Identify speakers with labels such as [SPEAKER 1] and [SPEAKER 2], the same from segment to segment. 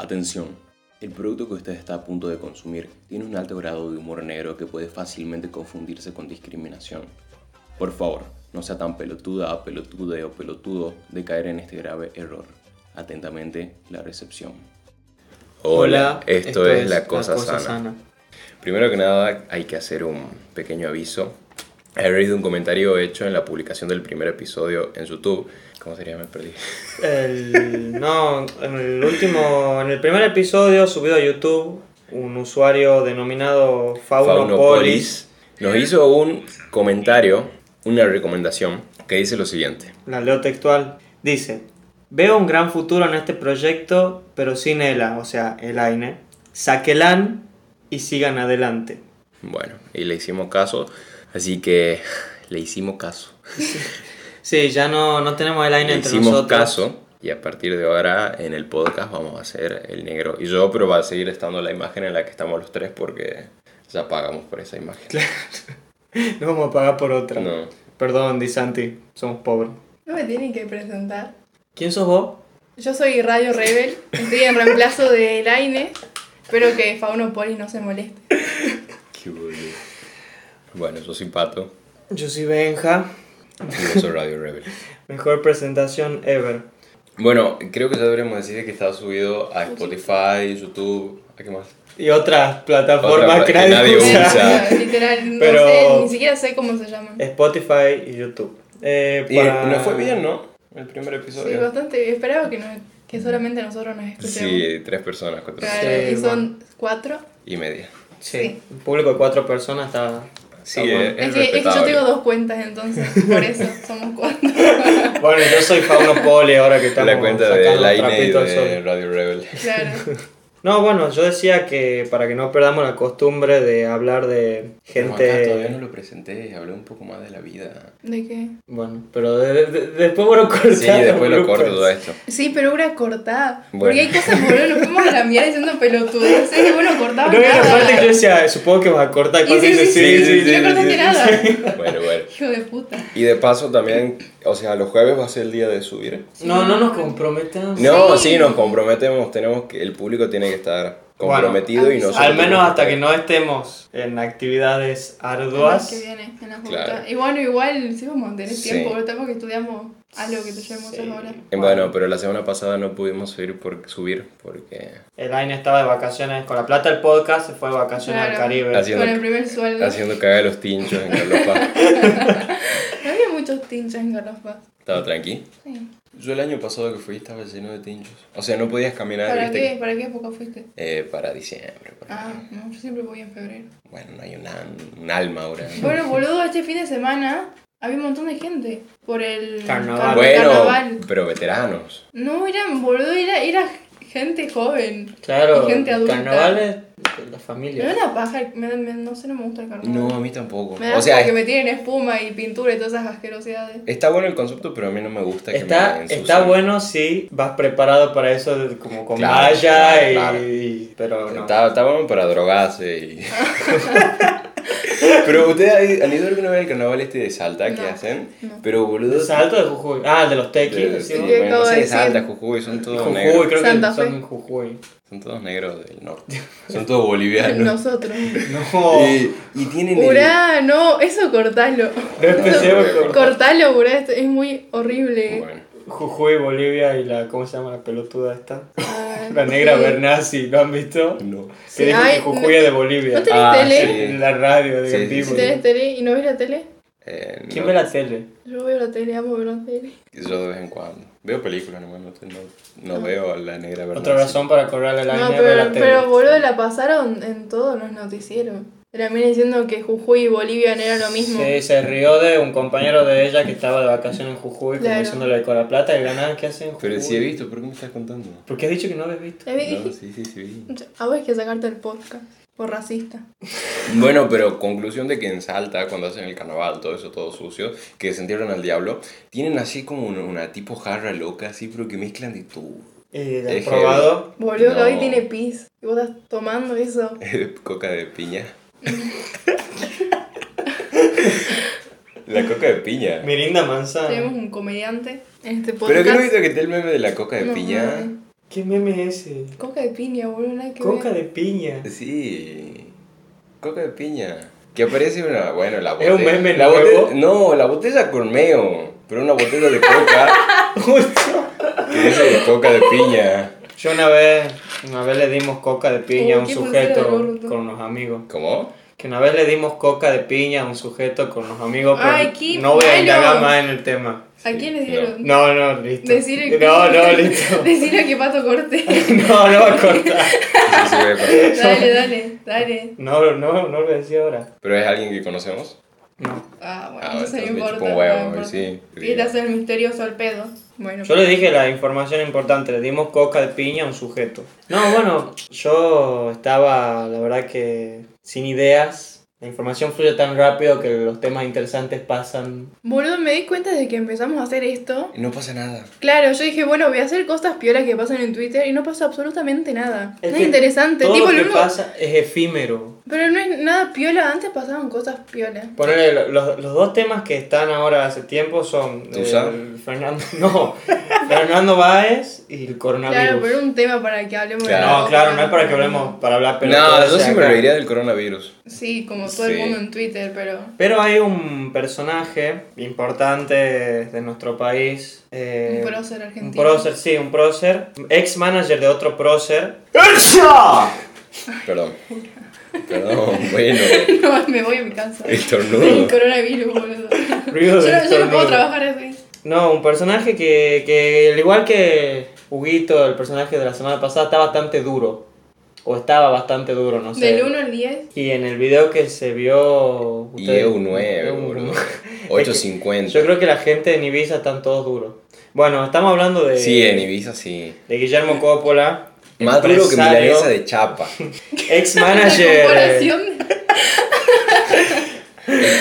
[SPEAKER 1] Atención. El producto que usted está a punto de consumir tiene un alto grado de humor negro que puede fácilmente confundirse con discriminación. Por favor, no sea tan pelotuda, pelotude o pelotudo de caer en este grave error. Atentamente, la recepción. Hola, esto, es, La Cosa, sana. Primero que nada, hay que hacer un pequeño aviso. He leído un comentario hecho en la publicación del primer episodio en YouTube. ¿Cómo sería? Me perdí.
[SPEAKER 2] El- no, en el último, en el primer episodio subido a YouTube, un usuario denominado Faunopolis,
[SPEAKER 1] Faunopolis nos hizo un comentario, una recomendación, que dice lo siguiente.
[SPEAKER 2] la leo textual, dice: Veo un gran futuro en este proyecto, pero sin Ela, o sea, Elaine. Saquelan y sigan adelante.
[SPEAKER 1] Bueno, y le hicimos caso, así que le hicimos caso.
[SPEAKER 2] Sí, ya no, no tenemos Elaine
[SPEAKER 1] Le
[SPEAKER 2] E entre
[SPEAKER 1] hicimos
[SPEAKER 2] nosotros.
[SPEAKER 1] caso y a partir de ahora en el podcast vamos a hacer el negro y yo, pero va a seguir estando la imagen en la que estamos los tres porque ya pagamos por esa imagen.
[SPEAKER 2] No vamos a pagar por otra.
[SPEAKER 1] No.
[SPEAKER 2] Perdón, Di Santi, somos pobres.
[SPEAKER 3] No me tienen que presentar.
[SPEAKER 2] ¿Quién sos vos?
[SPEAKER 3] Yo soy Radio Rebel, estoy en reemplazo de Elaine. Espero que Fauno Poli no se moleste.
[SPEAKER 1] Bueno, yo soy Pato
[SPEAKER 2] Yo soy Benja.
[SPEAKER 1] y yo soy Radio Rebel.
[SPEAKER 2] Mejor presentación ever.
[SPEAKER 1] Bueno, creo que ya deberíamos decir que está subido a Spotify, YouTube, ¿a qué más?
[SPEAKER 2] Y otras plataformas
[SPEAKER 1] Otra
[SPEAKER 2] que
[SPEAKER 1] que nadie
[SPEAKER 2] nadie
[SPEAKER 1] usa.
[SPEAKER 2] usa.
[SPEAKER 1] sea,
[SPEAKER 3] literal, no
[SPEAKER 2] pero-
[SPEAKER 3] sé, ni siquiera sé cómo se llama.
[SPEAKER 2] Spotify y YouTube. Eh,
[SPEAKER 1] Y
[SPEAKER 2] para-
[SPEAKER 1] nos fue bien, ¿no? El primer
[SPEAKER 3] Sí,
[SPEAKER 1] episodio.
[SPEAKER 3] bastante. Esperaba que, no- que solamente nosotros nos
[SPEAKER 1] Sí,
[SPEAKER 3] escuchemos.
[SPEAKER 1] tres personas, cuatro
[SPEAKER 3] Claro,
[SPEAKER 2] Sí,
[SPEAKER 3] y son cuatro.
[SPEAKER 1] y media.
[SPEAKER 2] Sí.
[SPEAKER 3] Sí.
[SPEAKER 2] Un público de cuatro personas está.
[SPEAKER 1] Sí,
[SPEAKER 2] está
[SPEAKER 1] eh.
[SPEAKER 2] bueno.
[SPEAKER 1] Es
[SPEAKER 3] Es, que, es que yo
[SPEAKER 1] respetable.
[SPEAKER 3] tengo dos cuentas, entonces, por eso somos cuatro.
[SPEAKER 2] Bueno, yo soy Fauno Poli ahora que estamos
[SPEAKER 1] la cuenta
[SPEAKER 2] sacando
[SPEAKER 1] de Laine y
[SPEAKER 2] trapito al sol.
[SPEAKER 1] de Radio Rebel.
[SPEAKER 3] Claro.
[SPEAKER 2] No, bueno, yo decía que para que no perdamos la costumbre de hablar de
[SPEAKER 1] Pero acá todavía no
[SPEAKER 2] gente.
[SPEAKER 1] lo presenté, hablé un poco más de la vida.
[SPEAKER 3] ¿De qué?
[SPEAKER 2] Bueno, pero de- de- después bueno cortar.
[SPEAKER 1] Sí, después
[SPEAKER 2] los
[SPEAKER 1] lo corto
[SPEAKER 2] bloopers.
[SPEAKER 1] todo esto.
[SPEAKER 3] Sí, pero una cortada.
[SPEAKER 1] Bueno.
[SPEAKER 3] Porque hay cosas, boludo, nos fuimos a la mierda diciendo pelotudeces y bueno, cortamos
[SPEAKER 2] No era la
[SPEAKER 3] nada.
[SPEAKER 2] parte que yo decía, supongo que vas a cortar.
[SPEAKER 3] Y sí,
[SPEAKER 2] cuando
[SPEAKER 3] sí, sí,
[SPEAKER 2] dice,
[SPEAKER 3] sí,
[SPEAKER 1] sí, sí,
[SPEAKER 3] no cortaste
[SPEAKER 1] sí,
[SPEAKER 3] nada.
[SPEAKER 1] Bueno, bueno.
[SPEAKER 3] Hijo de puta.
[SPEAKER 1] Y de paso también, o sea, los jueves va a ser el día de subir.
[SPEAKER 2] No, no nos comprometamos.
[SPEAKER 1] No,
[SPEAKER 3] Sí.
[SPEAKER 1] sí, nos comprometemos, tenemos que, el público tiene que estar comprometido y nosotros...
[SPEAKER 2] Al menos
[SPEAKER 1] tenemos
[SPEAKER 2] hasta que
[SPEAKER 1] estar-
[SPEAKER 2] no estemos en actividades
[SPEAKER 3] El que
[SPEAKER 2] arduas.
[SPEAKER 3] viene, en
[SPEAKER 1] Claro.
[SPEAKER 3] la facultad. Y bueno, igual sí vamos a tener
[SPEAKER 1] Sí.
[SPEAKER 3] tiempo, ahorita porque estudiamos algo que te lleva muchas horas.
[SPEAKER 1] Eh, Bueno, pero la semana pasada no pudimos subir, por, subir porque...
[SPEAKER 2] Elaine estaba de vacaciones con la plata del podcast, se fue de vacaciones al
[SPEAKER 3] Claro.
[SPEAKER 2] Caribe.
[SPEAKER 1] Así- Haciendo-
[SPEAKER 3] Con el primer sueldo.
[SPEAKER 1] Haciendo cagar los tinchos en Carlos Paz.
[SPEAKER 3] No había muchos tinchas en Carlos Paz.
[SPEAKER 1] Estaba tranqui.
[SPEAKER 3] Sí.
[SPEAKER 1] Yo el año pasado que fui estaba lleno de tinchos. O sea, no podías caminar,
[SPEAKER 3] ¿Para
[SPEAKER 1] Ah, ¿viste?
[SPEAKER 3] qué? ¿Para qué época fuiste?
[SPEAKER 1] Eh, para diciembre. por
[SPEAKER 3] Ah,
[SPEAKER 1] ejemplo.
[SPEAKER 3] no, yo siempre voy en febrero.
[SPEAKER 1] Bueno, no hay una- un alma ahora.
[SPEAKER 3] Ah. Bueno, boludo, este fin de semana había un montón de gente por el
[SPEAKER 2] Carnaval.
[SPEAKER 3] car-
[SPEAKER 1] Bueno,
[SPEAKER 3] carnaval.
[SPEAKER 1] pero veteranos.
[SPEAKER 3] No, eran, boludo, era, era gente joven.
[SPEAKER 2] Claro,
[SPEAKER 3] Y gente adulta.
[SPEAKER 2] carnavales de la
[SPEAKER 3] Me da
[SPEAKER 2] familia.
[SPEAKER 3] una paja, me, me- no sé, no me gusta el carnaval.
[SPEAKER 1] No, a mí tampoco.
[SPEAKER 3] Me da
[SPEAKER 1] O sea,
[SPEAKER 3] como que
[SPEAKER 1] es-
[SPEAKER 3] me tienen espuma y pintura y todas esas asquerosidades.
[SPEAKER 1] está bueno el concepto, pero a mí no me gusta que me
[SPEAKER 2] Está,
[SPEAKER 1] ensucien.
[SPEAKER 2] está bueno si vas preparado para eso, de- como con
[SPEAKER 1] Claro,
[SPEAKER 2] malla
[SPEAKER 1] claro,
[SPEAKER 2] y,
[SPEAKER 1] claro.
[SPEAKER 2] y- Pero no.
[SPEAKER 1] Está, está bueno para drogarse y... pero ustedes han- han ido alguna vez al carnaval este de Salta que
[SPEAKER 3] No,
[SPEAKER 1] hacen.
[SPEAKER 3] no.
[SPEAKER 1] Pero boludo...
[SPEAKER 2] ¿El salto de Jujuy? Ah, el de los tequis.
[SPEAKER 1] de-
[SPEAKER 2] decís
[SPEAKER 1] sí,
[SPEAKER 2] vos.
[SPEAKER 3] Que
[SPEAKER 1] bueno,
[SPEAKER 3] acabo
[SPEAKER 1] no sé
[SPEAKER 3] de
[SPEAKER 1] de Salta,
[SPEAKER 3] decir.
[SPEAKER 1] Jujuy, son todos
[SPEAKER 2] Jujuy,
[SPEAKER 1] negros.
[SPEAKER 2] creo
[SPEAKER 3] Santa
[SPEAKER 2] que
[SPEAKER 3] Fe.
[SPEAKER 2] son Jujuy.
[SPEAKER 1] Son todos negros del norte. Son todos bolivianos.
[SPEAKER 3] Nosotros.
[SPEAKER 2] No,
[SPEAKER 1] Y, y tienen el-
[SPEAKER 3] Urá, no, eso cortalo.
[SPEAKER 2] no empecemos
[SPEAKER 1] no,
[SPEAKER 2] con
[SPEAKER 3] Cortalo, Urá, esto es muy horrible.
[SPEAKER 1] Bueno,
[SPEAKER 2] Jujuy, Bolivia y la. ¿Cómo se llama la pelotuda esta?
[SPEAKER 3] Ah,
[SPEAKER 2] La negra
[SPEAKER 3] sí.
[SPEAKER 2] Bernasi, ¿lo han visto?
[SPEAKER 1] no.
[SPEAKER 2] Que
[SPEAKER 3] Sí,
[SPEAKER 2] dijo
[SPEAKER 3] ay,
[SPEAKER 2] que Jujuy
[SPEAKER 3] no-
[SPEAKER 2] es de Bolivia.
[SPEAKER 3] ¿No tenés
[SPEAKER 1] Ah,
[SPEAKER 3] tele?
[SPEAKER 1] sí.
[SPEAKER 2] En la radio, de
[SPEAKER 1] Sí,
[SPEAKER 2] en vivo.
[SPEAKER 1] sí,
[SPEAKER 3] Si tenés tele y no ves la tele,
[SPEAKER 1] Eh,
[SPEAKER 2] ¿Quién
[SPEAKER 1] no.
[SPEAKER 2] ve la tele?
[SPEAKER 3] yo veo la tele, amo ver la tele.
[SPEAKER 1] Yo de vez en cuando. Veo películas nomás, no, te- no, no veo a la negra verdad.
[SPEAKER 2] Otra razón para correrle la
[SPEAKER 3] No,
[SPEAKER 2] línea de
[SPEAKER 3] pero,
[SPEAKER 2] la tele.
[SPEAKER 3] pero boludo, la pasaron en todos los noticieros. También diciendo que Jujuy y Bolivia no eran lo mismo.
[SPEAKER 2] Sí, se rió de un compañero de ella que estaba de vacaciones en Jujuy, como
[SPEAKER 3] Claro.
[SPEAKER 2] diciéndole con la plata y ganaba, ¿qué hacen en Jujuy?
[SPEAKER 1] Pero sí he visto, ¿por qué me estás contando?
[SPEAKER 2] ¿Por qué has dicho que no habías visto?
[SPEAKER 3] Le dije,
[SPEAKER 1] No, sí, sí, sí. vi.
[SPEAKER 3] A vos hay que sacarte el podcast por racista.
[SPEAKER 1] Bueno, pero conclusión de que en Salta, cuando hacen el carnaval, todo eso, todo sucio, que se entierran al diablo, tienen así como una, una tipo jarra loca, así, pero que mezclan de todo.
[SPEAKER 2] Y el
[SPEAKER 1] Es
[SPEAKER 2] Eh, probado.
[SPEAKER 3] Boludo, que
[SPEAKER 1] No.
[SPEAKER 3] hoy tiene pis. Y vos estás tomando eso.
[SPEAKER 1] coca de piña. la coca de piña.
[SPEAKER 2] Mirinda manzana.
[SPEAKER 3] Tenemos un comediante en este
[SPEAKER 1] Pero
[SPEAKER 3] podcast.
[SPEAKER 1] que no he visto que está el meme de la coca de
[SPEAKER 3] No,
[SPEAKER 1] piña.
[SPEAKER 3] no, no.
[SPEAKER 2] ¿Qué meme es ese?
[SPEAKER 3] Coca de piña, boludo, nada que
[SPEAKER 2] Coca
[SPEAKER 3] ver.
[SPEAKER 2] de piña.
[SPEAKER 1] Sí. Coca de piña. Que aparece una. Bueno, la
[SPEAKER 2] ¿Es
[SPEAKER 1] botella.
[SPEAKER 2] un meme
[SPEAKER 1] la
[SPEAKER 2] nuevo?
[SPEAKER 1] bote- no, la botella con meo. Pero una botella de coca. que dice coca de piña.
[SPEAKER 2] Yo una vez, una vez le dimos coca de piña a
[SPEAKER 3] Uy,
[SPEAKER 2] un
[SPEAKER 3] qué pulsera
[SPEAKER 2] sujeto
[SPEAKER 3] de gordo.
[SPEAKER 2] con unos amigos.
[SPEAKER 1] ¿Cómo?
[SPEAKER 2] Que una vez le dimos coca de piña a un sujeto con unos amigos, pero
[SPEAKER 3] Ay, qué
[SPEAKER 2] no voy a
[SPEAKER 3] malo.
[SPEAKER 2] indagar más en el tema.
[SPEAKER 3] ¿A quién le
[SPEAKER 1] no.
[SPEAKER 3] dieron?
[SPEAKER 2] No, no, listo.
[SPEAKER 3] Decir el
[SPEAKER 2] No, no, listo.
[SPEAKER 3] Decirle que pato corte.
[SPEAKER 2] No, no va a cortar.
[SPEAKER 1] Sí, sí, voy a cortar.
[SPEAKER 3] dale, dale, dale.
[SPEAKER 2] No, no, no lo decía ahora.
[SPEAKER 1] Pero es alguien que conocemos.
[SPEAKER 2] No.
[SPEAKER 3] Ah, bueno,
[SPEAKER 1] Ah,
[SPEAKER 3] entonces no
[SPEAKER 1] entonces me
[SPEAKER 3] importa.
[SPEAKER 1] chupa un
[SPEAKER 3] no
[SPEAKER 1] huevo,
[SPEAKER 3] importa.
[SPEAKER 1] sí.
[SPEAKER 3] Quiere hacer misterioso al pedo. Bueno,
[SPEAKER 2] Yo le dije la información importante, le dimos coca de piña a un sujeto. No, bueno, yo estaba, la verdad que sin ideas. La información fluye tan rápido que los temas interesantes pasan.
[SPEAKER 3] boludo, me di cuenta de que empezamos a hacer esto.
[SPEAKER 1] No pasa nada.
[SPEAKER 3] Claro, yo dije, bueno, voy a hacer cosas piolas que pasan en Twitter y no pasa absolutamente nada.
[SPEAKER 2] Es
[SPEAKER 3] no
[SPEAKER 2] que
[SPEAKER 3] es interesante.
[SPEAKER 2] Todo
[SPEAKER 3] Tipo,
[SPEAKER 2] lo
[SPEAKER 3] lo
[SPEAKER 2] que
[SPEAKER 3] único-
[SPEAKER 2] pasa es efímero.
[SPEAKER 3] Pero no es nada piola, antes pasaban cosas piolas.
[SPEAKER 2] Ponele, lo- los, los dos temas que están ahora hace tiempo son eh,
[SPEAKER 1] ¿Tusa?
[SPEAKER 2] Fernando, no, Fernando Báez y el coronavirus.
[SPEAKER 3] Claro, pero era un tema para que hablemos
[SPEAKER 1] Claro.
[SPEAKER 3] algo
[SPEAKER 2] No, claro, no es para que
[SPEAKER 3] tan-
[SPEAKER 2] hablemos, para hablar pero
[SPEAKER 1] no, yo sí me reiría del coronavirus.
[SPEAKER 3] Sí, como todo el
[SPEAKER 1] Sí.
[SPEAKER 3] mundo en Twitter, pero.
[SPEAKER 2] Pero hay un personaje importante de nuestro país. eh,
[SPEAKER 3] Un prócer
[SPEAKER 2] un
[SPEAKER 3] argentino.
[SPEAKER 2] prócer, sí, un prócer. Ex manager de otro prócer.
[SPEAKER 1] Perdón. Perdón, bueno.
[SPEAKER 3] No, me voy a mi casa.
[SPEAKER 1] Estornudo.
[SPEAKER 3] El coronavirus, boludo. Yo
[SPEAKER 2] Ruido
[SPEAKER 3] no,
[SPEAKER 2] de
[SPEAKER 3] yo no puedo
[SPEAKER 2] estornudo.
[SPEAKER 3] trabajar así.
[SPEAKER 2] No, un personaje que, que al igual que Huguito, el personaje de la semana pasada, está bastante duro. O estaba bastante duro, no sé.
[SPEAKER 3] Del 1 al 10.
[SPEAKER 2] Y en el video que se vio...
[SPEAKER 1] Y
[SPEAKER 2] ustedes-
[SPEAKER 1] es un 9,
[SPEAKER 2] un-
[SPEAKER 1] boludo.
[SPEAKER 2] Yo
[SPEAKER 1] 8.50.
[SPEAKER 2] creo que la gente en Ibiza están todos duros. Bueno, estamos hablando de,
[SPEAKER 1] Sí, en Ibiza sí.
[SPEAKER 2] de Guillermo Coppola.
[SPEAKER 1] Más duro que
[SPEAKER 2] empresario,
[SPEAKER 1] milanesa de chapa.
[SPEAKER 2] Ex
[SPEAKER 3] La
[SPEAKER 2] manager.
[SPEAKER 3] comparación.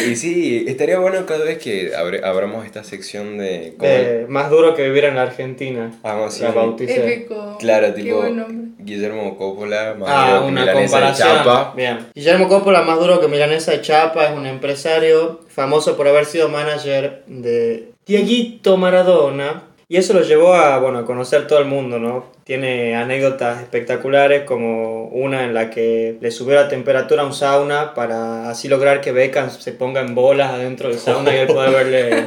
[SPEAKER 1] Y sí, estaría bueno cada vez que abre- abramos esta sección de... ¿cómo es?
[SPEAKER 2] de- eh, más duro que vivir en la Argentina.
[SPEAKER 1] Ah, sí.
[SPEAKER 2] La bauticé.
[SPEAKER 3] Épico.
[SPEAKER 1] Claro,
[SPEAKER 3] Qué
[SPEAKER 1] tipo
[SPEAKER 3] buen nombre.
[SPEAKER 1] Guillermo Coppola, más
[SPEAKER 2] Ah,
[SPEAKER 1] duro que
[SPEAKER 2] una
[SPEAKER 1] milanesa de
[SPEAKER 2] comparación.
[SPEAKER 1] chapa.
[SPEAKER 2] Bien. Guillermo Coppola, más duro que Milanesa de Chapa, es un empresario famoso por haber sido manager de Dieguito Maradona. Y eso lo llevó a, bueno, a conocer todo el mundo, ¿no? Tiene anécdotas espectaculares como una en la que le subió la temperatura a un sauna para así lograr que Beckham se ponga en bolas adentro del sauna y él pueda verle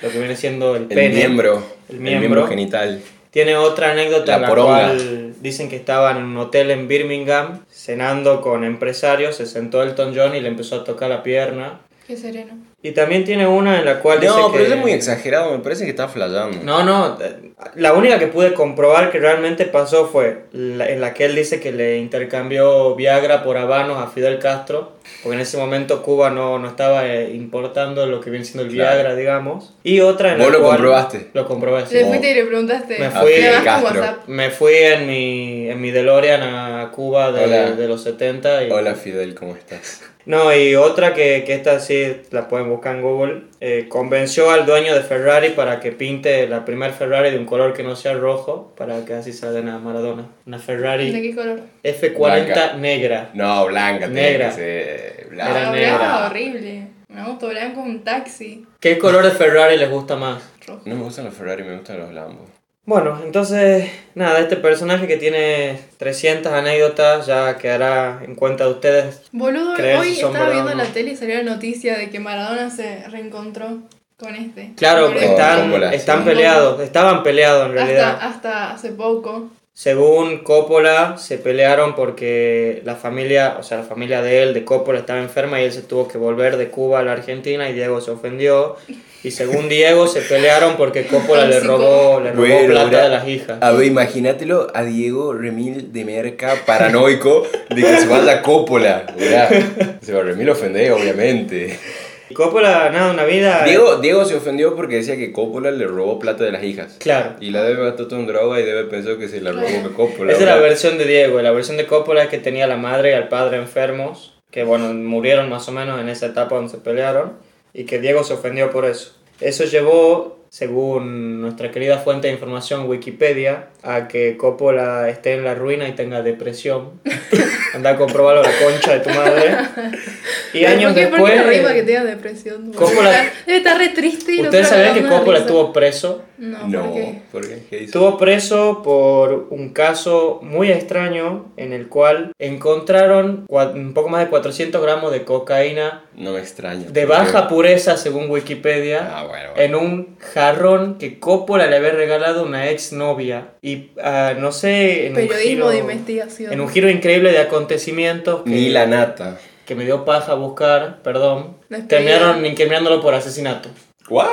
[SPEAKER 2] lo que viene siendo el
[SPEAKER 1] El
[SPEAKER 2] pene.
[SPEAKER 1] miembro.
[SPEAKER 2] El
[SPEAKER 1] El
[SPEAKER 2] miembro.
[SPEAKER 1] miembro. genital.
[SPEAKER 2] Tiene otra anécdota
[SPEAKER 1] La
[SPEAKER 2] en la
[SPEAKER 1] poronga.
[SPEAKER 2] cual dicen que estaban en un hotel en Birmingham cenando con empresarios, se sentó Elton John y le empezó a tocar la pierna.
[SPEAKER 3] Qué sereno.
[SPEAKER 2] Y también tiene una en la cual dice
[SPEAKER 1] No, pero
[SPEAKER 2] que-
[SPEAKER 1] eso es muy exagerado, me parece que está flayando.
[SPEAKER 2] No, no, la única que pude comprobar que realmente pasó fue la- en la que él dice que le intercambió Viagra por habanos a Fidel Castro, porque en ese momento Cuba no, no estaba eh, importando lo que viene siendo el
[SPEAKER 1] Claro.
[SPEAKER 2] Viagra, digamos. Y otra en
[SPEAKER 1] ¿Vos
[SPEAKER 2] la
[SPEAKER 1] lo
[SPEAKER 2] cual-
[SPEAKER 1] comprobaste?
[SPEAKER 2] Lo comprobé, sí.
[SPEAKER 3] Le
[SPEAKER 1] No.
[SPEAKER 3] fuiste y le preguntaste.
[SPEAKER 2] Me fui.
[SPEAKER 3] Le
[SPEAKER 2] Fidel
[SPEAKER 3] mandaste
[SPEAKER 1] Castro.
[SPEAKER 3] WhatsApp.
[SPEAKER 2] Me fui en mi, en mi DeLorean a Cuba de,
[SPEAKER 1] Hola.
[SPEAKER 2] de los 70. Y,
[SPEAKER 1] Hola Fidel, ¿cómo estás?
[SPEAKER 2] No, y otra que, que esta sí la pueden buscar en Google. eh, convenció al dueño de Ferrari para que pinte la primer Ferrari de un color que no sea rojo, para que así se la den a Maradona. Una
[SPEAKER 3] ¿De
[SPEAKER 2] Ferrari
[SPEAKER 3] qué color?
[SPEAKER 2] F40
[SPEAKER 1] Blanca.
[SPEAKER 2] negra.
[SPEAKER 1] No, blanca,
[SPEAKER 2] Negra.
[SPEAKER 1] tiene que ser blanca.
[SPEAKER 2] Era
[SPEAKER 3] Ah,
[SPEAKER 2] negra.
[SPEAKER 3] blanco, horrible. Un auto blanco, un taxi.
[SPEAKER 2] ¿Qué color de Ferrari les gusta más?
[SPEAKER 3] Rojo.
[SPEAKER 1] No me gustan los Ferrari, me gustan los Lambo.
[SPEAKER 2] Bueno, entonces, nada, este personaje que tiene 300 anécdotas ya quedará en cuenta de ustedes.
[SPEAKER 3] Boludo,
[SPEAKER 2] Creer si
[SPEAKER 3] hoy
[SPEAKER 2] son
[SPEAKER 3] estaba
[SPEAKER 2] verdad o
[SPEAKER 3] viendo
[SPEAKER 2] no.
[SPEAKER 3] la tele y salió la noticia de que Maradona se reencontró con este.
[SPEAKER 2] Claro,
[SPEAKER 3] Con
[SPEAKER 1] está-
[SPEAKER 2] están,
[SPEAKER 1] Coppola, sí.
[SPEAKER 2] están peleados, estaban peleados en realidad.
[SPEAKER 3] hasta, hasta hace poco.
[SPEAKER 2] Según Coppola, se pelearon porque la familia, o sea, la familia de él, de Coppola, estaba enferma y él se tuvo que volver de Cuba a la Argentina y Diego se ofendió. Y según Diego, se pelearon porque Coppola le
[SPEAKER 3] Tóxico.
[SPEAKER 2] robó, le robó plata de las hijas.
[SPEAKER 1] A ver, imagínatelo a Diego Remil de Merca, paranoico, de que se vaya a Coppola. Mirá, se va Remil ofende, obviamente.
[SPEAKER 2] Y Coppola, nada, una vida.
[SPEAKER 1] Diego, Diego se ofendió porque decía que Coppola le robó plata de las hijas.
[SPEAKER 2] Claro.
[SPEAKER 1] Y la debe gastar todo en droga y debe pensar que se la robó que Coppola.
[SPEAKER 2] Esa es la
[SPEAKER 1] ¿verdad?
[SPEAKER 2] versión de Diego. y La versión de Coppola es que tenía a la madre y al padre enfermos, que bueno, murieron más o menos en esa etapa donde se pelearon, y que Diego se ofendió por eso. Eso llevó, según nuestra querida fuente de información Wikipedia, a que Coppola esté en la ruina y tenga depresión. Anda a comprobarlo la concha de tu madre. Y años
[SPEAKER 3] ¿Por qué,
[SPEAKER 2] después.
[SPEAKER 3] ¿Por qué no rima que tenga depresión?
[SPEAKER 2] Coppola-
[SPEAKER 3] Debe estar re triste y
[SPEAKER 2] ¿Ustedes
[SPEAKER 3] no sabe
[SPEAKER 2] sabían que
[SPEAKER 3] dónde
[SPEAKER 2] Coppola
[SPEAKER 3] risa.
[SPEAKER 2] estuvo preso?
[SPEAKER 3] No,
[SPEAKER 1] No,
[SPEAKER 3] ¿por qué?
[SPEAKER 1] ¿por qué? ¿Qué dice?
[SPEAKER 2] Estuvo preso por un caso muy extraño en el cual encontraron cua- un poco más de 400 gramos de cocaína
[SPEAKER 1] No me extraña.
[SPEAKER 2] de
[SPEAKER 1] porque-
[SPEAKER 2] baja pureza, según Wikipedia,
[SPEAKER 1] Ah, bueno. bueno.
[SPEAKER 2] en un jarrón que Coppola le había regalado a una exnovia. Y ah, no sé, en un
[SPEAKER 3] Periodismo
[SPEAKER 2] giro-
[SPEAKER 3] de investigación.
[SPEAKER 2] En un giro increíble de acontecimientos que,
[SPEAKER 1] Ni la nata.
[SPEAKER 2] que me dio paja buscar, perdón,
[SPEAKER 3] La despedida.
[SPEAKER 2] terminaron incriminándolo por asesinato.
[SPEAKER 1] ¿What?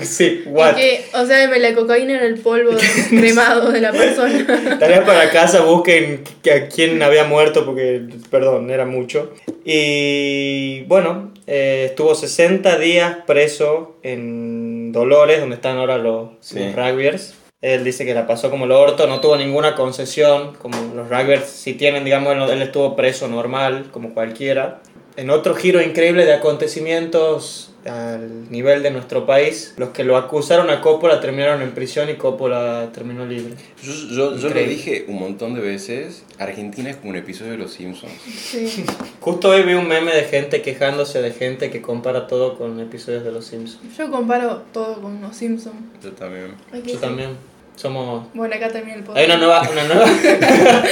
[SPEAKER 2] sí,
[SPEAKER 3] Y
[SPEAKER 2] what?
[SPEAKER 3] que, o sea, la cocaína era el polvo cremado de la persona.
[SPEAKER 2] Tal vez para casa busquen que- a quién había muerto porque, perdón, era mucho. Y bueno, eh, estuvo 60 días preso en Dolores, donde están ahora los,
[SPEAKER 1] Sí.
[SPEAKER 2] los rugbyers. Él dice que la pasó como el orto, no tuvo ninguna concesión, como los rugbyers si tienen, digamos, él, él estuvo preso normal, como cualquiera. En otro giro increíble de acontecimientos al nivel de nuestro país, los que lo acusaron a Coppola terminaron en prisión y Coppola terminó libre.
[SPEAKER 1] Yo, yo, yo lo
[SPEAKER 2] Increíble.
[SPEAKER 1] dije un montón de veces. Argentina es como un episodio de Los Simpsons.
[SPEAKER 3] Sí.
[SPEAKER 2] Justo hoy vi un meme de gente quejándose de gente que compara todo con episodios de Los Simpsons.
[SPEAKER 3] Yo comparo todo con los Simpsons.
[SPEAKER 1] Yo también.
[SPEAKER 2] Yo también. Somos...
[SPEAKER 3] Bueno, acá termina el podcast.
[SPEAKER 2] Hay una nueva, una nueva,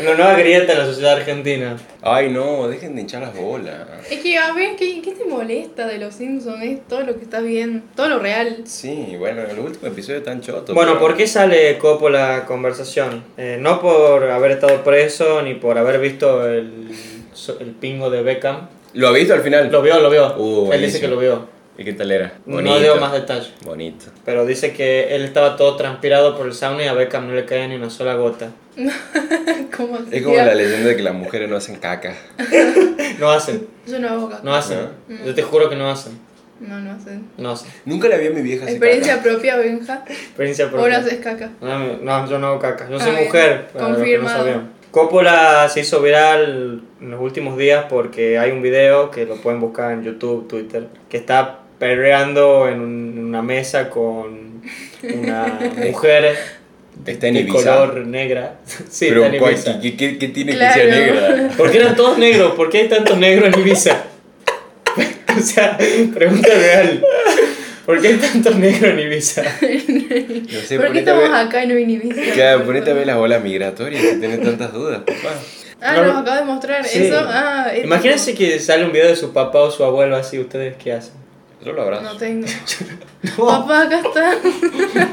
[SPEAKER 2] una nueva grieta en la sociedad argentina.
[SPEAKER 1] Ay, no, dejen de hinchar las bolas.
[SPEAKER 3] Es que, a ver, ¿qué, qué te molesta de los Simpsons? Es todo lo que está bien, todo lo real.
[SPEAKER 1] Sí, bueno, el último episodio tan choto.
[SPEAKER 2] Bueno,
[SPEAKER 1] pero-
[SPEAKER 2] ¿por qué sale Coppola conversación? Eh, no por haber estado preso ni por haber visto el, el pingo de Beckham.
[SPEAKER 1] ¿Lo ha visto al final?
[SPEAKER 2] Lo vio, lo vio.
[SPEAKER 1] Uh,
[SPEAKER 2] él dice
[SPEAKER 1] buenísimo.
[SPEAKER 2] que lo vio.
[SPEAKER 1] ¿Y qué tal era?
[SPEAKER 2] No dio más detalle.
[SPEAKER 1] Bonito.
[SPEAKER 2] Pero dice que él estaba todo transpirado por el sauna y a Beckham no le caía ni una sola gota.
[SPEAKER 3] ¿Cómo así?
[SPEAKER 1] Es como la leyenda de que las mujeres no hacen caca.
[SPEAKER 2] No hacen,
[SPEAKER 3] Yo no hago caca.
[SPEAKER 2] no hacen. Mm. Yo te juro que no hacen.
[SPEAKER 3] No, no sé.
[SPEAKER 2] No hacen.
[SPEAKER 1] Nunca la vi a mi vieja hacer
[SPEAKER 3] Experiencia
[SPEAKER 1] caca.
[SPEAKER 3] propia, Benja.
[SPEAKER 2] Experiencia propia.
[SPEAKER 3] Ahora haces caca.
[SPEAKER 2] No, mi- no, yo no hago caca. Yo soy
[SPEAKER 3] Ah, bien.
[SPEAKER 2] mujer. para los que no
[SPEAKER 3] Confirmado.
[SPEAKER 2] sabían. Coppola se hizo viral en los últimos días porque hay un video que lo pueden buscar en YouTube, Twitter, que está perreando en un- una mesa con una mujer
[SPEAKER 1] Está en
[SPEAKER 2] de
[SPEAKER 1] Ibiza.
[SPEAKER 2] color negra. sí,
[SPEAKER 1] Pero,
[SPEAKER 2] está en
[SPEAKER 1] ¿cuál-
[SPEAKER 2] Ibiza.
[SPEAKER 1] ¿qué, qué- qué tiene que
[SPEAKER 3] Claro.
[SPEAKER 1] ser negra?
[SPEAKER 2] ¿Por qué eran todos negros? ¿Por qué hay tantos negros en Ibiza? o sea, pregunta real. ¿Por qué hay tantos negros en Ibiza?
[SPEAKER 1] No sé,
[SPEAKER 3] ¿Por qué
[SPEAKER 1] ponete a
[SPEAKER 3] estamos
[SPEAKER 1] ver-
[SPEAKER 3] acá y no vinimos?
[SPEAKER 1] Claro, ponete a ver las olas migratorias si tienes tantas dudas, papá.
[SPEAKER 3] Ah,
[SPEAKER 2] No,
[SPEAKER 3] nos
[SPEAKER 2] no.
[SPEAKER 3] acaba de mostrar
[SPEAKER 2] Sí.
[SPEAKER 3] eso. Ah, es-
[SPEAKER 2] Imagínense que sale un video de su papá o su abuelo así, ¿ustedes qué hacen?
[SPEAKER 1] Yo lo abrazo.
[SPEAKER 3] No tengo. Papá, acá está.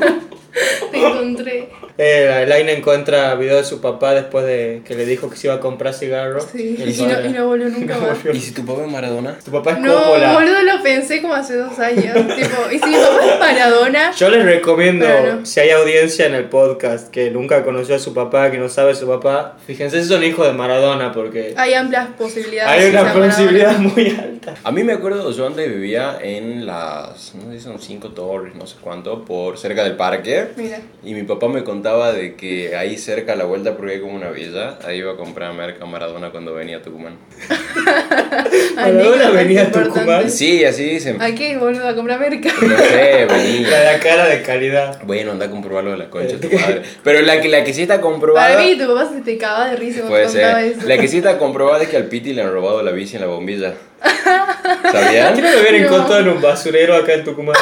[SPEAKER 3] Te encontré.
[SPEAKER 2] Eh, Laina encuentra video de su papá después de que le dijo que se iba a comprar cigarros.
[SPEAKER 3] Sí.
[SPEAKER 2] El
[SPEAKER 3] Y no,
[SPEAKER 2] padre.
[SPEAKER 3] y no volvió nunca más.
[SPEAKER 1] ¿Y si tu papá es Maradona?
[SPEAKER 2] Tu papá es
[SPEAKER 3] No,
[SPEAKER 2] Coppola.
[SPEAKER 3] boludo, lo pensé como hace dos años. tipo, y si mi papá es Maradona,
[SPEAKER 2] Yo les recomiendo,
[SPEAKER 3] Pero no.
[SPEAKER 2] si hay audiencia en el podcast que nunca conoció a su papá, que no sabe su papá, fíjense si son hijos de Maradona porque
[SPEAKER 3] hay amplias posibilidades.
[SPEAKER 2] hay
[SPEAKER 3] que
[SPEAKER 2] una
[SPEAKER 3] sea Maradona.
[SPEAKER 2] posibilidad muy alta.
[SPEAKER 1] A mí me acuerdo, yo antes vivía en las, no sé, son cinco torres, no sé cuánto, por cerca del parque.
[SPEAKER 3] Mira.
[SPEAKER 1] Y mi papá me contaba de que ahí cerca a la vuelta, porque hay como una villa, ahí iba a comprar merca Maradona cuando venía a Tucumán.
[SPEAKER 2] Maradona
[SPEAKER 3] anécdotas
[SPEAKER 2] venía a
[SPEAKER 3] importantes.
[SPEAKER 2] Tucumán.
[SPEAKER 1] Sí, así dicen.
[SPEAKER 3] ¿A qué, boludo? A comprar merca.
[SPEAKER 1] No sé,
[SPEAKER 2] La,
[SPEAKER 1] venía.
[SPEAKER 2] la cara de calidad.
[SPEAKER 1] Bueno, anda a comprobarlo de la concha de tu madre. Pero la que, la que sí está comprobada.
[SPEAKER 3] Para mí, tu papá se te cagaba de risa cuando
[SPEAKER 1] Puede
[SPEAKER 3] contaba
[SPEAKER 1] ser.
[SPEAKER 3] eso.
[SPEAKER 1] La que sí está comprobada es que al Piti le han robado la bici en la bombilla.
[SPEAKER 2] ¿Quién
[SPEAKER 1] ¿Sabían?
[SPEAKER 2] lo habían
[SPEAKER 3] No.
[SPEAKER 2] encontrado en un basurero acá en Tucumán?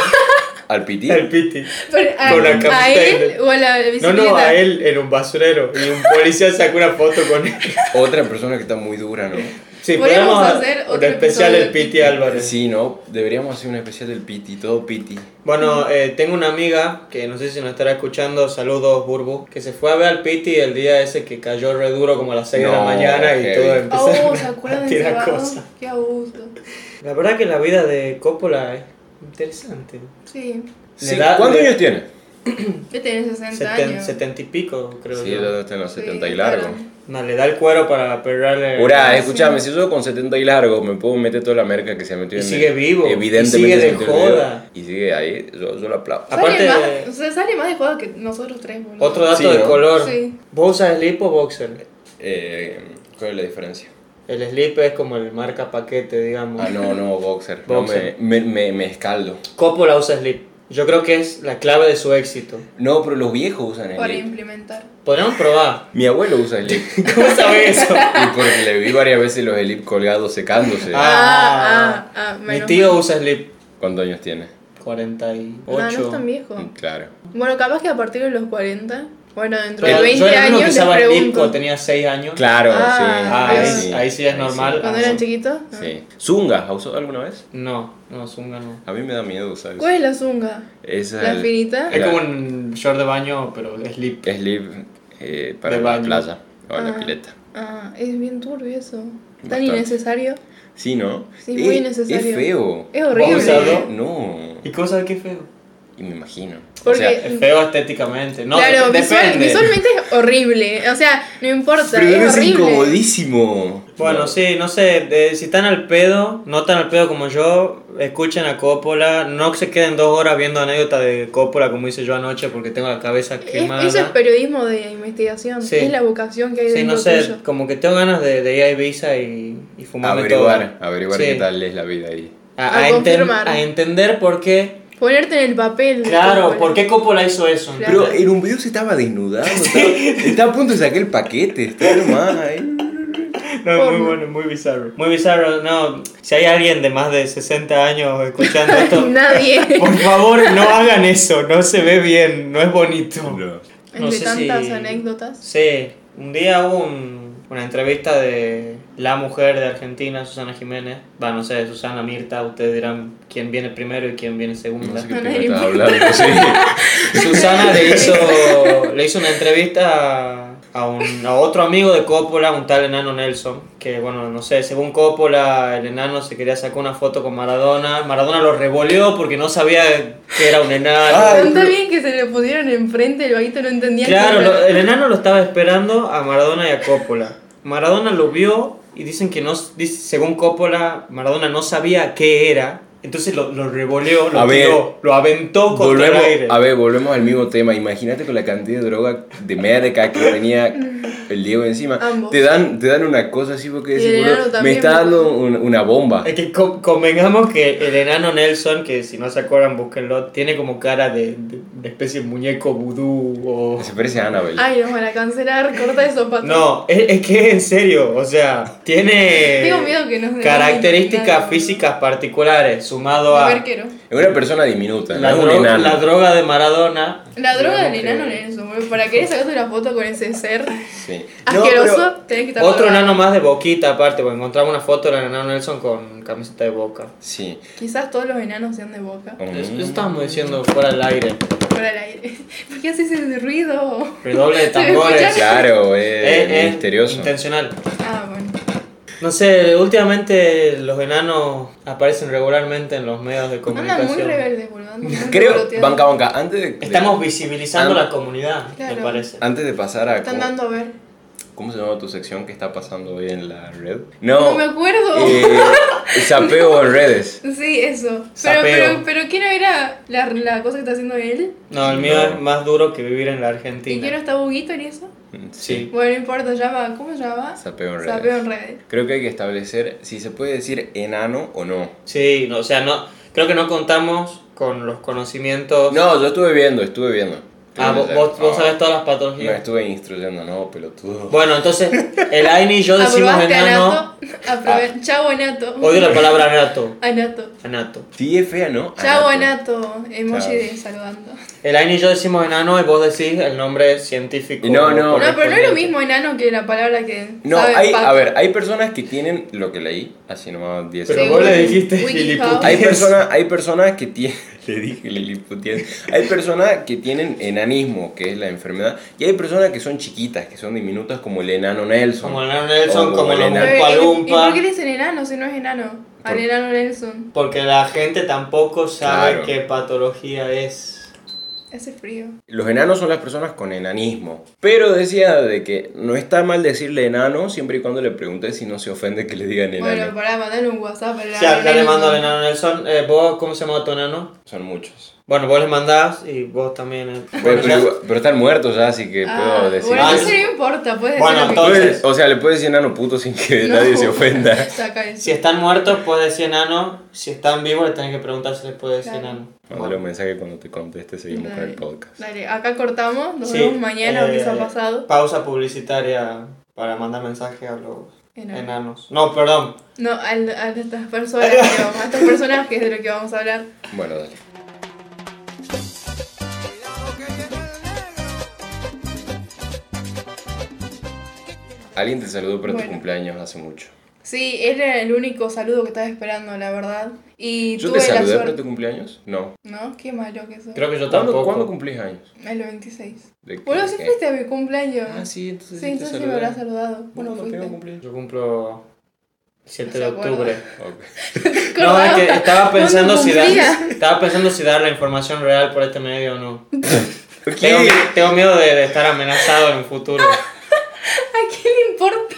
[SPEAKER 1] Al Piti.
[SPEAKER 2] El Piti.
[SPEAKER 3] Pero, ah, a,
[SPEAKER 2] Con la
[SPEAKER 3] a
[SPEAKER 2] camiseta
[SPEAKER 3] él
[SPEAKER 2] de-
[SPEAKER 3] o a la
[SPEAKER 2] No,
[SPEAKER 3] bicicleta.
[SPEAKER 2] no, a él en un basurero. Y un policía sacó una foto con él.
[SPEAKER 1] Otra persona que está muy dura, ¿no?
[SPEAKER 2] Sí,
[SPEAKER 3] Podríamos
[SPEAKER 2] podemos
[SPEAKER 3] hacer
[SPEAKER 2] hacer
[SPEAKER 3] otro
[SPEAKER 2] un especial
[SPEAKER 3] episodio
[SPEAKER 2] del
[SPEAKER 3] del
[SPEAKER 2] Piti
[SPEAKER 3] Piti.
[SPEAKER 2] Álvarez.
[SPEAKER 1] Sí, ¿no? Deberíamos hacer un especial del Piti, todo Piti.
[SPEAKER 2] Bueno, eh, tengo una amiga que no sé si nos estará escuchando, saludos Burbu, que se fue a ver al Piti el día ese que cayó re duro como a las 6 de la
[SPEAKER 1] No,
[SPEAKER 2] mañana y
[SPEAKER 1] heavy.
[SPEAKER 2] todo
[SPEAKER 3] Oh, ¿se
[SPEAKER 2] empezó
[SPEAKER 3] acuerdan
[SPEAKER 2] a
[SPEAKER 3] de ese
[SPEAKER 2] tirar
[SPEAKER 3] vago?
[SPEAKER 2] cosas.
[SPEAKER 3] Qué abuso.
[SPEAKER 2] La verdad que la vida de Coppola es interesante.
[SPEAKER 3] Sí.
[SPEAKER 2] Le
[SPEAKER 1] Sí,
[SPEAKER 2] da-
[SPEAKER 1] ¿Cuántos
[SPEAKER 2] le-
[SPEAKER 1] años tiene?
[SPEAKER 3] Yo tenía 60
[SPEAKER 2] Seten-
[SPEAKER 3] años.
[SPEAKER 2] 70 y pico, creo
[SPEAKER 1] Sí,
[SPEAKER 2] yo.
[SPEAKER 1] ya está en los
[SPEAKER 3] Sí,
[SPEAKER 1] 70 y largo.
[SPEAKER 3] claro.
[SPEAKER 2] No, le da el cuero para perrarle.
[SPEAKER 1] Ura, escúchame, si yo con 70 y largo me puedo meter toda la merca que se ha metido
[SPEAKER 2] Y
[SPEAKER 1] en
[SPEAKER 2] sigue vivo,
[SPEAKER 1] Evidentemente.
[SPEAKER 2] y sigue de
[SPEAKER 1] se metió en el
[SPEAKER 2] joda.
[SPEAKER 1] dedo, Y sigue ahí, yo, yo lo aplaudo.
[SPEAKER 2] Ah, Aparte
[SPEAKER 3] Sale más,
[SPEAKER 2] de-
[SPEAKER 3] o sea, sale más de juego que nosotros tres, boludo.
[SPEAKER 2] Otro dato
[SPEAKER 1] Sí,
[SPEAKER 2] de
[SPEAKER 1] ¿no?
[SPEAKER 2] color.
[SPEAKER 3] Sí.
[SPEAKER 2] ¿Vos usas slip o boxer?
[SPEAKER 1] Eh, ¿Cuál es la diferencia?
[SPEAKER 2] El slip es como el marca paquete, digamos.
[SPEAKER 1] Ah, no, no, boxer. No,
[SPEAKER 2] Boxer.
[SPEAKER 1] me, me, me, me escaldo.
[SPEAKER 2] Coppola usa slip. Yo creo que es la clave de su éxito.
[SPEAKER 1] No, pero los viejos usan el
[SPEAKER 3] Para
[SPEAKER 1] lick.
[SPEAKER 3] implementar.
[SPEAKER 2] Podríamos probar.
[SPEAKER 1] Mi abuelo usa el lip.
[SPEAKER 2] ¿Cómo sabes eso?
[SPEAKER 1] y porque le vi varias veces los elip colgados secándose.
[SPEAKER 2] Ah.
[SPEAKER 3] Ah, ah, ah,
[SPEAKER 2] Mi
[SPEAKER 3] menos
[SPEAKER 2] tío
[SPEAKER 3] mal.
[SPEAKER 2] usa Slip
[SPEAKER 1] ¿Cuántos años tiene?
[SPEAKER 2] 48.
[SPEAKER 3] Ah, no es tan viejo.
[SPEAKER 1] Mm, Claro.
[SPEAKER 3] Bueno, capaz que a partir de los 40. Bueno, dentro
[SPEAKER 2] Pero
[SPEAKER 3] de 20
[SPEAKER 2] yo era el único
[SPEAKER 3] años
[SPEAKER 2] que
[SPEAKER 3] les
[SPEAKER 2] usaba Slip
[SPEAKER 3] pregunto.
[SPEAKER 2] cuando tenía 6 años.
[SPEAKER 1] Claro,
[SPEAKER 3] Ah,
[SPEAKER 1] sí.
[SPEAKER 2] ah,
[SPEAKER 1] ahí
[SPEAKER 2] ahí sí, ahí sí es normal.
[SPEAKER 3] Cuando eran chiquitos. Ah.
[SPEAKER 1] Sí. ¿Zunga? ¿Ha usado alguna vez?
[SPEAKER 2] No, no, Zunga no.
[SPEAKER 1] A mí me da miedo usar
[SPEAKER 3] ¿Cuál es la zunga?
[SPEAKER 1] Esa
[SPEAKER 3] ¿La
[SPEAKER 1] es-
[SPEAKER 3] finita?
[SPEAKER 2] Es
[SPEAKER 1] la-
[SPEAKER 2] como un short de baño, pero Slip.
[SPEAKER 1] Slip eh, para
[SPEAKER 2] De
[SPEAKER 1] la
[SPEAKER 2] baño.
[SPEAKER 1] playa o la
[SPEAKER 3] Ah.
[SPEAKER 1] pileta.
[SPEAKER 3] Ah, es bien turbio eso. Tan
[SPEAKER 1] Bastante.
[SPEAKER 3] innecesario.
[SPEAKER 1] Sí, ¿no?
[SPEAKER 3] Sí, muy
[SPEAKER 1] Eh,
[SPEAKER 3] innecesario.
[SPEAKER 1] Es feo.
[SPEAKER 3] Es horrible.
[SPEAKER 2] ¿Vos usarlo?
[SPEAKER 1] No.
[SPEAKER 2] ¿Y cosas que es feo?
[SPEAKER 1] Y me imagino.
[SPEAKER 3] Porque-
[SPEAKER 1] O sea,
[SPEAKER 2] Es feo estéticamente. No,
[SPEAKER 3] Mm. claro,
[SPEAKER 2] de-
[SPEAKER 3] visual-
[SPEAKER 2] depende.
[SPEAKER 3] visualmente es horrible. O sea, no importa,
[SPEAKER 1] pero
[SPEAKER 3] es
[SPEAKER 1] es
[SPEAKER 3] horrible.
[SPEAKER 1] incomodísimo.
[SPEAKER 2] Bueno,
[SPEAKER 1] No.
[SPEAKER 2] sí, no sé, eh, si están al pedo, no tan al pedo como yo, escuchen a Coppola, no se queden dos horas viendo anécdotas de Coppola como hice yo anoche porque tengo la cabeza
[SPEAKER 3] Es-
[SPEAKER 2] quemada.
[SPEAKER 3] eso es periodismo de investigación.
[SPEAKER 2] Sí.
[SPEAKER 3] Es la vocación que hay
[SPEAKER 2] sí,
[SPEAKER 3] dentro
[SPEAKER 2] no sé,
[SPEAKER 3] tuyo.
[SPEAKER 2] como que tengo ganas de, de ir a Ibiza y, y fumarme
[SPEAKER 1] Averiguar,
[SPEAKER 2] todo.
[SPEAKER 1] averiguar
[SPEAKER 2] Sí.
[SPEAKER 1] qué tal es la vida ahí.
[SPEAKER 2] A,
[SPEAKER 3] A
[SPEAKER 2] a enten-
[SPEAKER 3] confirmar.
[SPEAKER 2] a entender por qué,
[SPEAKER 3] Ponerte en el papel. de
[SPEAKER 2] claro,
[SPEAKER 3] Coppola.
[SPEAKER 2] por qué Coppola hizo eso.
[SPEAKER 3] Claro.
[SPEAKER 1] Pero en un video se estaba desnudando. Estaba, estaba a punto de sacar el paquete. Está nomás ahí.
[SPEAKER 2] No, muy
[SPEAKER 3] Porno.
[SPEAKER 2] bueno, muy bizarro. Muy bizarro, no, si hay alguien de más de 60 años escuchando esto...
[SPEAKER 3] Nadie.
[SPEAKER 2] Por favor, no hagan eso, no se ve bien, no es bonito. No
[SPEAKER 3] Entre
[SPEAKER 2] sé
[SPEAKER 3] tantas
[SPEAKER 2] si-
[SPEAKER 3] anécdotas.
[SPEAKER 2] Sí, un día hubo un- una entrevista de la mujer de Argentina, Susana Jiménez. Va, no sé, Susana Mirta, ustedes dirán quién viene primero y quién viene
[SPEAKER 1] No
[SPEAKER 2] segunda.
[SPEAKER 1] sé qué
[SPEAKER 3] No,
[SPEAKER 1] tema
[SPEAKER 3] no
[SPEAKER 1] estás
[SPEAKER 3] importa.
[SPEAKER 1] hablando. sí.
[SPEAKER 2] Susana le hizo, le hizo una entrevista a- a, un- a otro amigo de Coppola, un tal enano Nelson, que bueno, no sé, según Coppola, el enano se quería sacar una foto con Maradona. Maradona lo revoleó porque no sabía que era un enano.
[SPEAKER 1] Ay,
[SPEAKER 3] Tan
[SPEAKER 1] pero-
[SPEAKER 3] bien que se le pusieron enfrente, el vaguito no entendía
[SPEAKER 2] Claro,
[SPEAKER 3] qué
[SPEAKER 2] lo- eh,
[SPEAKER 3] era.
[SPEAKER 2] el enano lo estaba esperando a Maradona y a Coppola. Maradona lo vio y dicen que no, dice- según Coppola, Maradona no sabía qué era. Entonces lo, lo revoleó, lo
[SPEAKER 1] A ver,
[SPEAKER 2] tiró, lo aventó contra
[SPEAKER 1] Volvemos,
[SPEAKER 2] el aire.
[SPEAKER 1] a ver, volvemos al mismo tema. Imagínate con la cantidad de droga de merca que tenía el Diego encima.
[SPEAKER 3] Ambos.
[SPEAKER 1] Te dan, te dan una cosa así porque
[SPEAKER 3] Y
[SPEAKER 1] decís,
[SPEAKER 3] el
[SPEAKER 1] boludo,
[SPEAKER 3] enano
[SPEAKER 1] me
[SPEAKER 3] también,
[SPEAKER 1] está dando
[SPEAKER 3] boludo.
[SPEAKER 1] un- una bomba.
[SPEAKER 2] Es que co- convengamos que el enano Nelson, que si no se acuerdan, búsquenlo, tiene como cara de, de- de especie de muñeco vudú o...
[SPEAKER 1] Se parece a Annabelle.
[SPEAKER 3] Ay, nos van a cancelar, corta esos patos.
[SPEAKER 2] No, eh, es, es que en serio, o sea, tiene
[SPEAKER 3] Tengo miedo que nos den
[SPEAKER 2] características
[SPEAKER 3] nada.
[SPEAKER 2] físicas particulares sumado
[SPEAKER 3] De
[SPEAKER 2] a...
[SPEAKER 3] verquero.
[SPEAKER 1] Es una persona diminuta,
[SPEAKER 2] La,
[SPEAKER 1] no es
[SPEAKER 2] dro-
[SPEAKER 1] un enano.
[SPEAKER 2] la droga de Maradona.
[SPEAKER 3] La droga
[SPEAKER 2] Digamos
[SPEAKER 3] del
[SPEAKER 2] que-
[SPEAKER 3] enano en eso, boludo. Para querer sacarte una foto con ese ser
[SPEAKER 1] Sí. No,
[SPEAKER 3] asqueroso,
[SPEAKER 1] pero-
[SPEAKER 3] tenés que estar
[SPEAKER 2] Otro
[SPEAKER 3] drogado.
[SPEAKER 2] enano más de boquita, aparte, porque encontramos una foto del enano Nelson con camiseta de boca.
[SPEAKER 1] Sí.
[SPEAKER 3] Quizás todos los enanos sean de boca.
[SPEAKER 2] Eso, eso estábamos diciendo fuera del aire.
[SPEAKER 3] Fuera el aire. ¿Por qué haces ese ruido?
[SPEAKER 2] Redoble de
[SPEAKER 3] pues,
[SPEAKER 2] tambores.
[SPEAKER 3] escucharon?
[SPEAKER 1] Mm. Claro,
[SPEAKER 2] Eh,
[SPEAKER 1] es
[SPEAKER 2] eh,
[SPEAKER 1] misterioso.
[SPEAKER 2] Intencional.
[SPEAKER 3] Ah, bueno.
[SPEAKER 2] No sé, últimamente los enanos aparecen regularmente en los medios de
[SPEAKER 3] Andan
[SPEAKER 2] comunicación.
[SPEAKER 3] muy rebeldes, boludo. andan muy
[SPEAKER 1] Creo,
[SPEAKER 3] revoloteados.
[SPEAKER 1] banca, banca, antes de, de-
[SPEAKER 2] Estamos visibilizando
[SPEAKER 1] Ah.
[SPEAKER 2] la comunidad, me
[SPEAKER 3] Claro.
[SPEAKER 2] parece.
[SPEAKER 1] antes de pasar a...
[SPEAKER 3] Están
[SPEAKER 1] cómo-
[SPEAKER 3] dando a ver.
[SPEAKER 1] ¿Cómo se llama tu sección que está pasando hoy en la red?
[SPEAKER 3] No,
[SPEAKER 1] No,
[SPEAKER 3] me acuerdo.
[SPEAKER 1] eh, sapeo en redes.
[SPEAKER 3] Sí, eso. Pero,
[SPEAKER 2] Sapeo.
[SPEAKER 3] pero, pero ¿qué no era la, la cosa que está haciendo él?
[SPEAKER 2] No, el mío
[SPEAKER 1] No.
[SPEAKER 2] es más duro que vivir en la
[SPEAKER 3] ¿Y
[SPEAKER 2] Argentina.
[SPEAKER 3] quién no está buguito en eso?
[SPEAKER 2] Sí.
[SPEAKER 3] Bueno, no importa, ya va. ¿Cómo ya va?
[SPEAKER 1] Sapeo en redes.
[SPEAKER 3] Sapeo en redes.
[SPEAKER 1] Creo que hay que establecer si se puede decir enano o no.
[SPEAKER 2] Sí, no, o sea, no, creo que no contamos con los conocimientos.
[SPEAKER 1] No, yo estuve viendo, estuve viendo.
[SPEAKER 2] Ah, vos, vos, vos sabés todas las
[SPEAKER 1] Me
[SPEAKER 2] patologías.
[SPEAKER 1] estuve instruyendo, no, pelotudo.
[SPEAKER 2] Bueno, entonces, el Aini y yo decimos
[SPEAKER 3] ¿Aprobaste
[SPEAKER 2] enano.
[SPEAKER 3] anato? Aprobé. Chau, anato.
[SPEAKER 2] Odio la palabra anato.
[SPEAKER 3] Anato.
[SPEAKER 2] Anato.
[SPEAKER 1] Sí, es fea, ¿no?
[SPEAKER 3] Chau,
[SPEAKER 1] Anato.
[SPEAKER 3] anato. Emoji
[SPEAKER 1] Chao.
[SPEAKER 3] de saludando.
[SPEAKER 2] El Aini y yo decimos enano y vos decís el nombre científico.
[SPEAKER 1] No, no.
[SPEAKER 3] No, pero no es
[SPEAKER 2] correspondiente.
[SPEAKER 3] lo mismo enano que la palabra que.
[SPEAKER 1] No,
[SPEAKER 3] sabe
[SPEAKER 1] hay,
[SPEAKER 3] Paco.
[SPEAKER 1] a ver, hay personas que tienen lo que leí, así nomás 10
[SPEAKER 2] Pero
[SPEAKER 3] Sí,
[SPEAKER 2] vos
[SPEAKER 1] segundos.
[SPEAKER 2] le dijiste
[SPEAKER 3] Wiki
[SPEAKER 2] giliputiez.
[SPEAKER 3] How.
[SPEAKER 1] Hay personas, hay personas que tienen, le dije liliputiense. hay personas que tienen enanismo, que es la enfermedad, y hay personas que son chiquitas, que son diminutas como el enano Nelson.
[SPEAKER 2] Como el enano Nelson, como
[SPEAKER 1] el
[SPEAKER 2] los
[SPEAKER 1] enano-
[SPEAKER 3] Pero, ¿y- ¿Y
[SPEAKER 2] Palumpa.
[SPEAKER 3] por qué le dicen enano si no es enano? Al
[SPEAKER 1] Por-
[SPEAKER 3] enano Nelson.
[SPEAKER 2] Porque la gente tampoco sabe
[SPEAKER 1] Claro.
[SPEAKER 2] qué patología es.
[SPEAKER 3] Hace frío.
[SPEAKER 1] Los enanos son las personas con enanismo. Pero decía de que no está mal decirle enano siempre y cuando le preguntes si no se ofende que le digan enano.
[SPEAKER 3] Bueno, pará, mandale un WhatsApp. al
[SPEAKER 2] Ya,
[SPEAKER 3] enano
[SPEAKER 2] ya le mando al
[SPEAKER 3] Nelson.
[SPEAKER 2] enano Nelson. Eh, ¿Vos cómo se llama tu enano?
[SPEAKER 1] Son muchos.
[SPEAKER 2] Bueno, vos les mandás y vos también. eh.
[SPEAKER 1] Bueno,
[SPEAKER 2] Bueno,
[SPEAKER 1] pero,
[SPEAKER 2] ya-
[SPEAKER 1] igual- pero están muertos ya, así que
[SPEAKER 3] Ah,
[SPEAKER 1] puedo decir.
[SPEAKER 3] bueno,
[SPEAKER 2] Ah,
[SPEAKER 3] eso
[SPEAKER 2] sí.
[SPEAKER 3] no importa, puedes
[SPEAKER 2] Bueno,
[SPEAKER 3] decir lo que
[SPEAKER 2] entonces-
[SPEAKER 1] Puedes- o sea, le puedes decir nano puto sin que
[SPEAKER 3] No.
[SPEAKER 1] nadie se ofenda.
[SPEAKER 3] Saca eso.
[SPEAKER 2] Si están muertos, puedes decir enano. Si están vivos, le tenés que preguntar si les puede decir
[SPEAKER 3] Claro.
[SPEAKER 2] enano.
[SPEAKER 1] Mándale un mensaje cuando te conteste, seguimos con el podcast.
[SPEAKER 3] Dale, acá cortamos, nos
[SPEAKER 2] Sí,
[SPEAKER 3] vemos mañana o
[SPEAKER 2] eh,
[SPEAKER 3] quizá pasado.
[SPEAKER 2] Pausa publicitaria para mandar mensaje a los
[SPEAKER 3] Eh, no.
[SPEAKER 2] enanos. No, perdón.
[SPEAKER 3] No, a, a estas personas que vamos, a estas personas que es de lo que vamos a hablar.
[SPEAKER 1] Bueno, dale. Alguien te saludó por tu
[SPEAKER 3] Bueno.
[SPEAKER 1] cumpleaños hace mucho.
[SPEAKER 3] Sí, él era el único saludo que estaba esperando, la verdad. Y
[SPEAKER 1] ¿Yo
[SPEAKER 3] tuve
[SPEAKER 1] te
[SPEAKER 3] la
[SPEAKER 1] saludé por
[SPEAKER 3] suerte.
[SPEAKER 1] tu cumpleaños? No.
[SPEAKER 3] No, qué malo que eso.
[SPEAKER 2] Creo que yo
[SPEAKER 1] ¿Cuándo,
[SPEAKER 2] tampoco.
[SPEAKER 1] ¿cuándo cumplís años?
[SPEAKER 3] El 26.
[SPEAKER 1] ¿De qué-
[SPEAKER 3] Bueno,
[SPEAKER 1] de
[SPEAKER 3] si
[SPEAKER 1] qué?
[SPEAKER 3] fuiste a mi cumpleaños.
[SPEAKER 1] Ah, sí, entonces
[SPEAKER 3] Sí, entonces sí me habrás saludado. Bueno, fuiste.
[SPEAKER 2] Yo cumplo 7 de
[SPEAKER 3] No se
[SPEAKER 2] octubre. No,
[SPEAKER 3] Acordaba
[SPEAKER 2] es que estaba
[SPEAKER 3] cuándo
[SPEAKER 2] pensando si dar,
[SPEAKER 3] cumplía.
[SPEAKER 2] estaba pensando si dar la información real por este medio o no. Tengo, mi- tengo miedo de, de estar amenazado en un futuro.
[SPEAKER 3] ¿A quién le importa?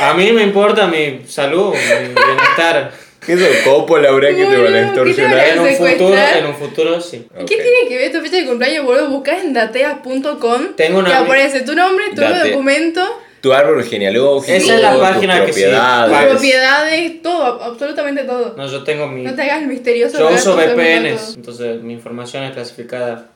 [SPEAKER 2] A mí me importa mi salud, mi bienestar.
[SPEAKER 1] ¿Qué es copo, Laura, que te van a
[SPEAKER 3] Boludo, ¿qué te van a
[SPEAKER 1] extorsionar?
[SPEAKER 2] En un futuro,
[SPEAKER 3] secuestrar?
[SPEAKER 2] en un futuro sí.
[SPEAKER 3] ¿Y ¿Qué
[SPEAKER 1] Ok.
[SPEAKER 3] tiene que ver tu fecha de cumpleaños, boludo? Buscas en datea.com.
[SPEAKER 2] Tengo una
[SPEAKER 3] Te
[SPEAKER 2] ami-
[SPEAKER 3] aparece tu nombre, tu
[SPEAKER 1] Datea.
[SPEAKER 3] documento,
[SPEAKER 1] Tu árbol genealógico,
[SPEAKER 2] Esa es la
[SPEAKER 1] tus
[SPEAKER 2] página que sí.
[SPEAKER 1] propiedades.
[SPEAKER 2] Vale.
[SPEAKER 3] propiedades, todo, ab- absolutamente todo.
[SPEAKER 2] No, yo tengo mi.
[SPEAKER 3] No te hagas el misterioso.
[SPEAKER 2] Yo
[SPEAKER 3] de
[SPEAKER 2] uso
[SPEAKER 3] ver tus
[SPEAKER 2] VPNs,
[SPEAKER 3] datos.
[SPEAKER 2] entonces mi información es clasificada.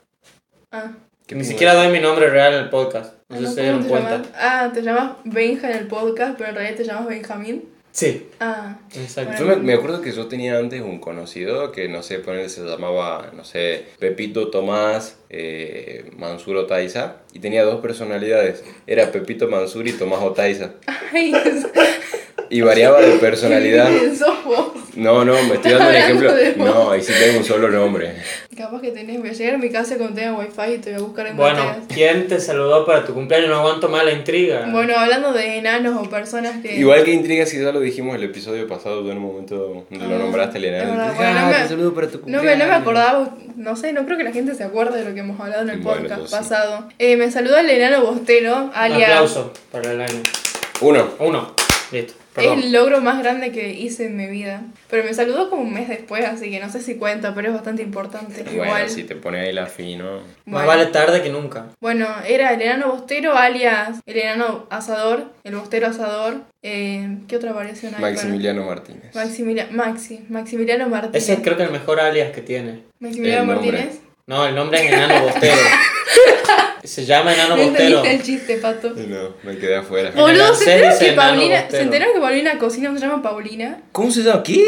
[SPEAKER 3] Ah,
[SPEAKER 1] Qué
[SPEAKER 2] Ni
[SPEAKER 1] bueno.
[SPEAKER 2] siquiera doy mi nombre real en el podcast. No sé
[SPEAKER 3] no,
[SPEAKER 2] si se
[SPEAKER 3] ¿cómo
[SPEAKER 2] dieron
[SPEAKER 3] te
[SPEAKER 2] cuenta.
[SPEAKER 3] llamás? Ah, te llamas Benja en el podcast, pero en realidad te llamas Benjamín.
[SPEAKER 2] Sí,
[SPEAKER 3] Ah,
[SPEAKER 2] exacto.
[SPEAKER 1] Yo me, me acuerdo que yo tenía antes un conocido que, no sé, ponele, se llamaba, no sé, Pepito Tomás eh, Mansur Otaiza y tenía dos personalidades. Era Pepito Mansur y Tomás Otaiza.
[SPEAKER 3] ay,
[SPEAKER 1] Y variaba de personalidad.
[SPEAKER 3] sos vos.
[SPEAKER 1] No, no, me estoy dando el
[SPEAKER 3] Hablando
[SPEAKER 1] ejemplo.
[SPEAKER 3] de vos.
[SPEAKER 1] No, ahí sí tengo un solo nombre.
[SPEAKER 3] Capaz que tenés, voy a llegar a mi casa cuando tenga wifi y te voy a buscar en
[SPEAKER 2] Bueno,
[SPEAKER 3] datea.
[SPEAKER 2] ¿quién te saludó para tu cumpleaños? No aguanto más la intriga.
[SPEAKER 3] Bueno, hablando de enanos o personas que.
[SPEAKER 1] Igual que intriga si ya lo dijimos el episodio pasado, tú en un momento
[SPEAKER 3] Ah,
[SPEAKER 1] lo nombraste,
[SPEAKER 3] es
[SPEAKER 1] Elena.
[SPEAKER 3] verdad, bueno,
[SPEAKER 2] Ah,
[SPEAKER 3] no me-
[SPEAKER 1] saludo para tu
[SPEAKER 3] No me, no me acordaba, no sé, no creo que la gente se acuerde de lo que hemos hablado en el
[SPEAKER 1] Bueno,
[SPEAKER 3] podcast
[SPEAKER 1] entonces sí.
[SPEAKER 3] pasado. Eh, me saludó el enano bostero,
[SPEAKER 2] Un
[SPEAKER 3] alias.
[SPEAKER 2] aplauso para el año.
[SPEAKER 1] Uno.
[SPEAKER 2] Uno. Listo.
[SPEAKER 3] Es
[SPEAKER 2] Perdón.
[SPEAKER 3] el logro más grande que hice en mi vida. Pero me saludó como un mes después, así que no sé si cuenta, pero es bastante importante.
[SPEAKER 1] Bueno,
[SPEAKER 3] Igual.
[SPEAKER 1] si te pone ahí la fino.
[SPEAKER 2] Más
[SPEAKER 3] Bueno.
[SPEAKER 2] vale tarde que nunca.
[SPEAKER 3] Bueno, era el enano bostero, alias el enano asador, el bostero asador. Eh, ¿Qué otra variación hay?
[SPEAKER 1] Maximiliano Martínez.
[SPEAKER 3] Para- Maximilia- Maxi, Maximiliano Martínez.
[SPEAKER 2] Ese es creo que el mejor alias que tiene.
[SPEAKER 3] Maximiliano
[SPEAKER 1] El nombre.
[SPEAKER 3] Martínez.
[SPEAKER 2] No, el nombre es Enano Bostero. Se llama Enano
[SPEAKER 3] No
[SPEAKER 2] Bostero.
[SPEAKER 3] entendiste el chiste, pato.
[SPEAKER 1] No, me quedé afuera.
[SPEAKER 3] Boludo,
[SPEAKER 2] Gansé
[SPEAKER 3] se enteraron
[SPEAKER 2] dice
[SPEAKER 3] que
[SPEAKER 2] enano
[SPEAKER 3] Paulina.
[SPEAKER 2] bostero.
[SPEAKER 3] Se enteraron que Paulina cocina, no se llama Paulina.
[SPEAKER 1] ¿Cómo se llama? ¿Qué?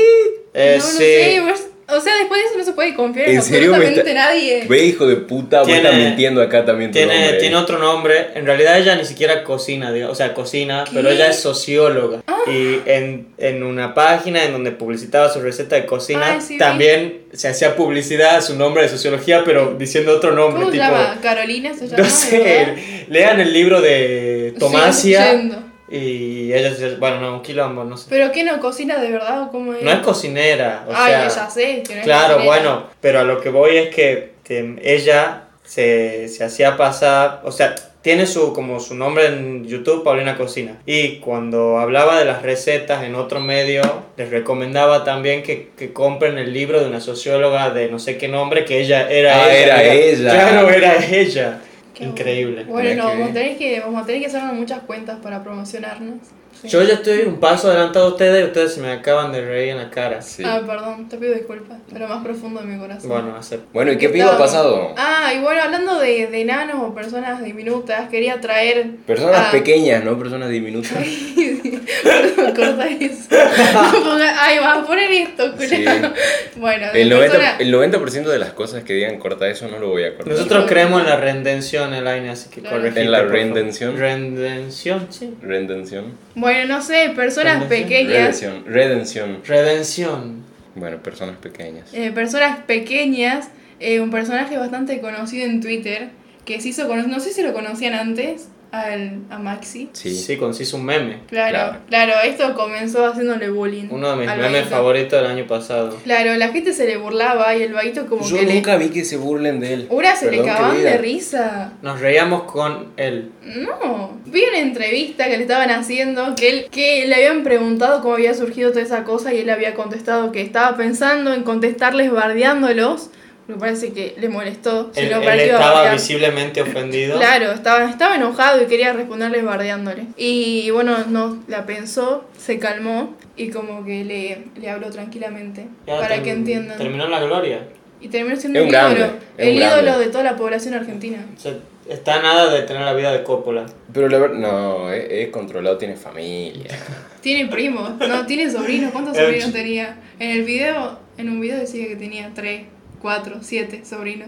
[SPEAKER 2] Eh,
[SPEAKER 3] no, no
[SPEAKER 2] sí.
[SPEAKER 3] sé, vos- o sea, después de eso no se puede confiar en,
[SPEAKER 1] ¿En serio me
[SPEAKER 3] absolutamente
[SPEAKER 1] está-
[SPEAKER 3] nadie.
[SPEAKER 1] Ve, hijo de puta, vos
[SPEAKER 2] Tiene-
[SPEAKER 1] estás mintiendo acá también tu
[SPEAKER 2] Tiene,
[SPEAKER 1] nombre.
[SPEAKER 2] tiene otro nombre. En realidad ella ni siquiera cocina, diga- o sea, cocina,
[SPEAKER 3] ¿Qué? Ah.
[SPEAKER 2] pero ella es socióloga. Y en, en una página en donde publicitaba su receta de cocina,
[SPEAKER 3] Ay, sí, vi.
[SPEAKER 2] también se hacía publicidad a su nombre de sociología, pero diciendo otro nombre.
[SPEAKER 3] ¿Cómo se
[SPEAKER 2] tipo,
[SPEAKER 3] llama? ¿Carolina se llama?
[SPEAKER 2] No sé, lean el libro de
[SPEAKER 3] ¿verdad? Sí,
[SPEAKER 2] Tomasia.
[SPEAKER 3] yendo.
[SPEAKER 2] y ella, se- bueno, no, un quilombo, no sé.
[SPEAKER 3] ¿Pero qué no cocina de verdad o cómo es?
[SPEAKER 2] No es cocinera, o
[SPEAKER 3] Ay,
[SPEAKER 2] sea.
[SPEAKER 3] ya sé, que no es
[SPEAKER 2] Claro,
[SPEAKER 3] cocinera.
[SPEAKER 2] bueno, pero a lo que voy es que em, ella se, se hacía pasar, o sea, tiene su como su nombre en YouTube, Paulina Cocina. Y cuando hablaba de las recetas en otro medio, les recomendaba también que, que compren el libro de una socióloga de no sé qué nombre, que ella era
[SPEAKER 1] Ah,
[SPEAKER 2] ella.
[SPEAKER 1] era ella.
[SPEAKER 2] Claro, era ella.
[SPEAKER 3] Qué
[SPEAKER 2] Increíble.
[SPEAKER 3] Bueno,
[SPEAKER 1] Mirá que
[SPEAKER 3] no, vamos a
[SPEAKER 1] bien.
[SPEAKER 3] tener que, vamos a tener que hacernos muchas cuentas para promocionarnos. Sí.
[SPEAKER 2] Yo ya estoy un paso adelantado a ustedes y ustedes se me acaban de reír en la cara.
[SPEAKER 1] Sí.
[SPEAKER 3] Ah, perdón, te pido disculpas, pero más profundo de mi corazón.
[SPEAKER 2] Bueno, hacer.
[SPEAKER 1] Bueno, ¿y qué pido
[SPEAKER 3] Estaba-
[SPEAKER 1] ha pasado?
[SPEAKER 3] Ah, y bueno, hablando de, de enanos o personas diminutas, quería traer.
[SPEAKER 1] Personas
[SPEAKER 3] ah,
[SPEAKER 1] pequeñas, no personas diminutas.
[SPEAKER 3] Corta eso. No ponga- Ay, vas a poner esto, culiao. Bueno, de
[SPEAKER 1] El 90%,
[SPEAKER 3] persona-
[SPEAKER 1] el 90 de las cosas que digan corta eso no lo voy a cortar.
[SPEAKER 2] Nosotros creemos en la rendención, Elaine, así que
[SPEAKER 3] Claro.
[SPEAKER 2] corregite,
[SPEAKER 1] ¿En la
[SPEAKER 2] por favor.
[SPEAKER 1] rendención?
[SPEAKER 2] Rendención, sí.
[SPEAKER 1] Redención.
[SPEAKER 3] Bueno, no sé, personas
[SPEAKER 2] Convención.
[SPEAKER 3] pequeñas.
[SPEAKER 1] Redención. Redención.
[SPEAKER 2] Redención.
[SPEAKER 1] Bueno, personas pequeñas.
[SPEAKER 3] eh, personas pequeñas. eh, un personaje bastante conocido en Twitter. Que se hizo cono- No sé si lo conocían antes. Al, a Maxi.
[SPEAKER 1] Sí.
[SPEAKER 2] Sí, conciso un meme.
[SPEAKER 3] Claro, claro, esto comenzó haciéndole bullying.
[SPEAKER 2] Uno de mis
[SPEAKER 3] al
[SPEAKER 2] memes
[SPEAKER 3] vaguito.
[SPEAKER 2] favoritos del año pasado.
[SPEAKER 3] Claro, la gente se le burlaba y el vaguito como
[SPEAKER 1] Yo
[SPEAKER 3] que le.
[SPEAKER 1] nunca vi que se burlen de él.
[SPEAKER 3] Ahora se le
[SPEAKER 1] Perdón que
[SPEAKER 3] cagaban
[SPEAKER 1] diga.
[SPEAKER 3] de risa.
[SPEAKER 2] Nos reíamos con él.
[SPEAKER 3] No, vi una entrevista que le estaban haciendo que él que le habían preguntado cómo había surgido toda esa cosa y él había contestado que estaba pensando en contestarles bardeándolos Me parece que le molestó. si
[SPEAKER 2] Él,
[SPEAKER 3] no,
[SPEAKER 2] él
[SPEAKER 3] para qué iba a
[SPEAKER 2] estaba
[SPEAKER 3] bardear.
[SPEAKER 2] visiblemente ofendido.
[SPEAKER 3] Claro, estaba, estaba enojado y quería responderle bardeándole. Y bueno, no, la pensó, se calmó y como que le, le habló tranquilamente
[SPEAKER 2] Y ahora
[SPEAKER 3] para
[SPEAKER 2] term-
[SPEAKER 3] que entiendan.
[SPEAKER 2] Terminó en la gloria.
[SPEAKER 3] Y terminó siendo
[SPEAKER 1] Es
[SPEAKER 3] un
[SPEAKER 1] un
[SPEAKER 3] ídolo,
[SPEAKER 1] grande, es un
[SPEAKER 3] el
[SPEAKER 1] grande.
[SPEAKER 3] ídolo de toda la población argentina.
[SPEAKER 2] O sea, está nada de tener la vida de Coppola.
[SPEAKER 1] Pero la verdad, no, es, es controlado, tiene familia.
[SPEAKER 3] Tiene primos, no, tiene sobrinos. ¿Cuántos
[SPEAKER 2] El-
[SPEAKER 3] sobrinos tenía? En el video, en un video decía que tenía 3, 4, 7 sobrinos.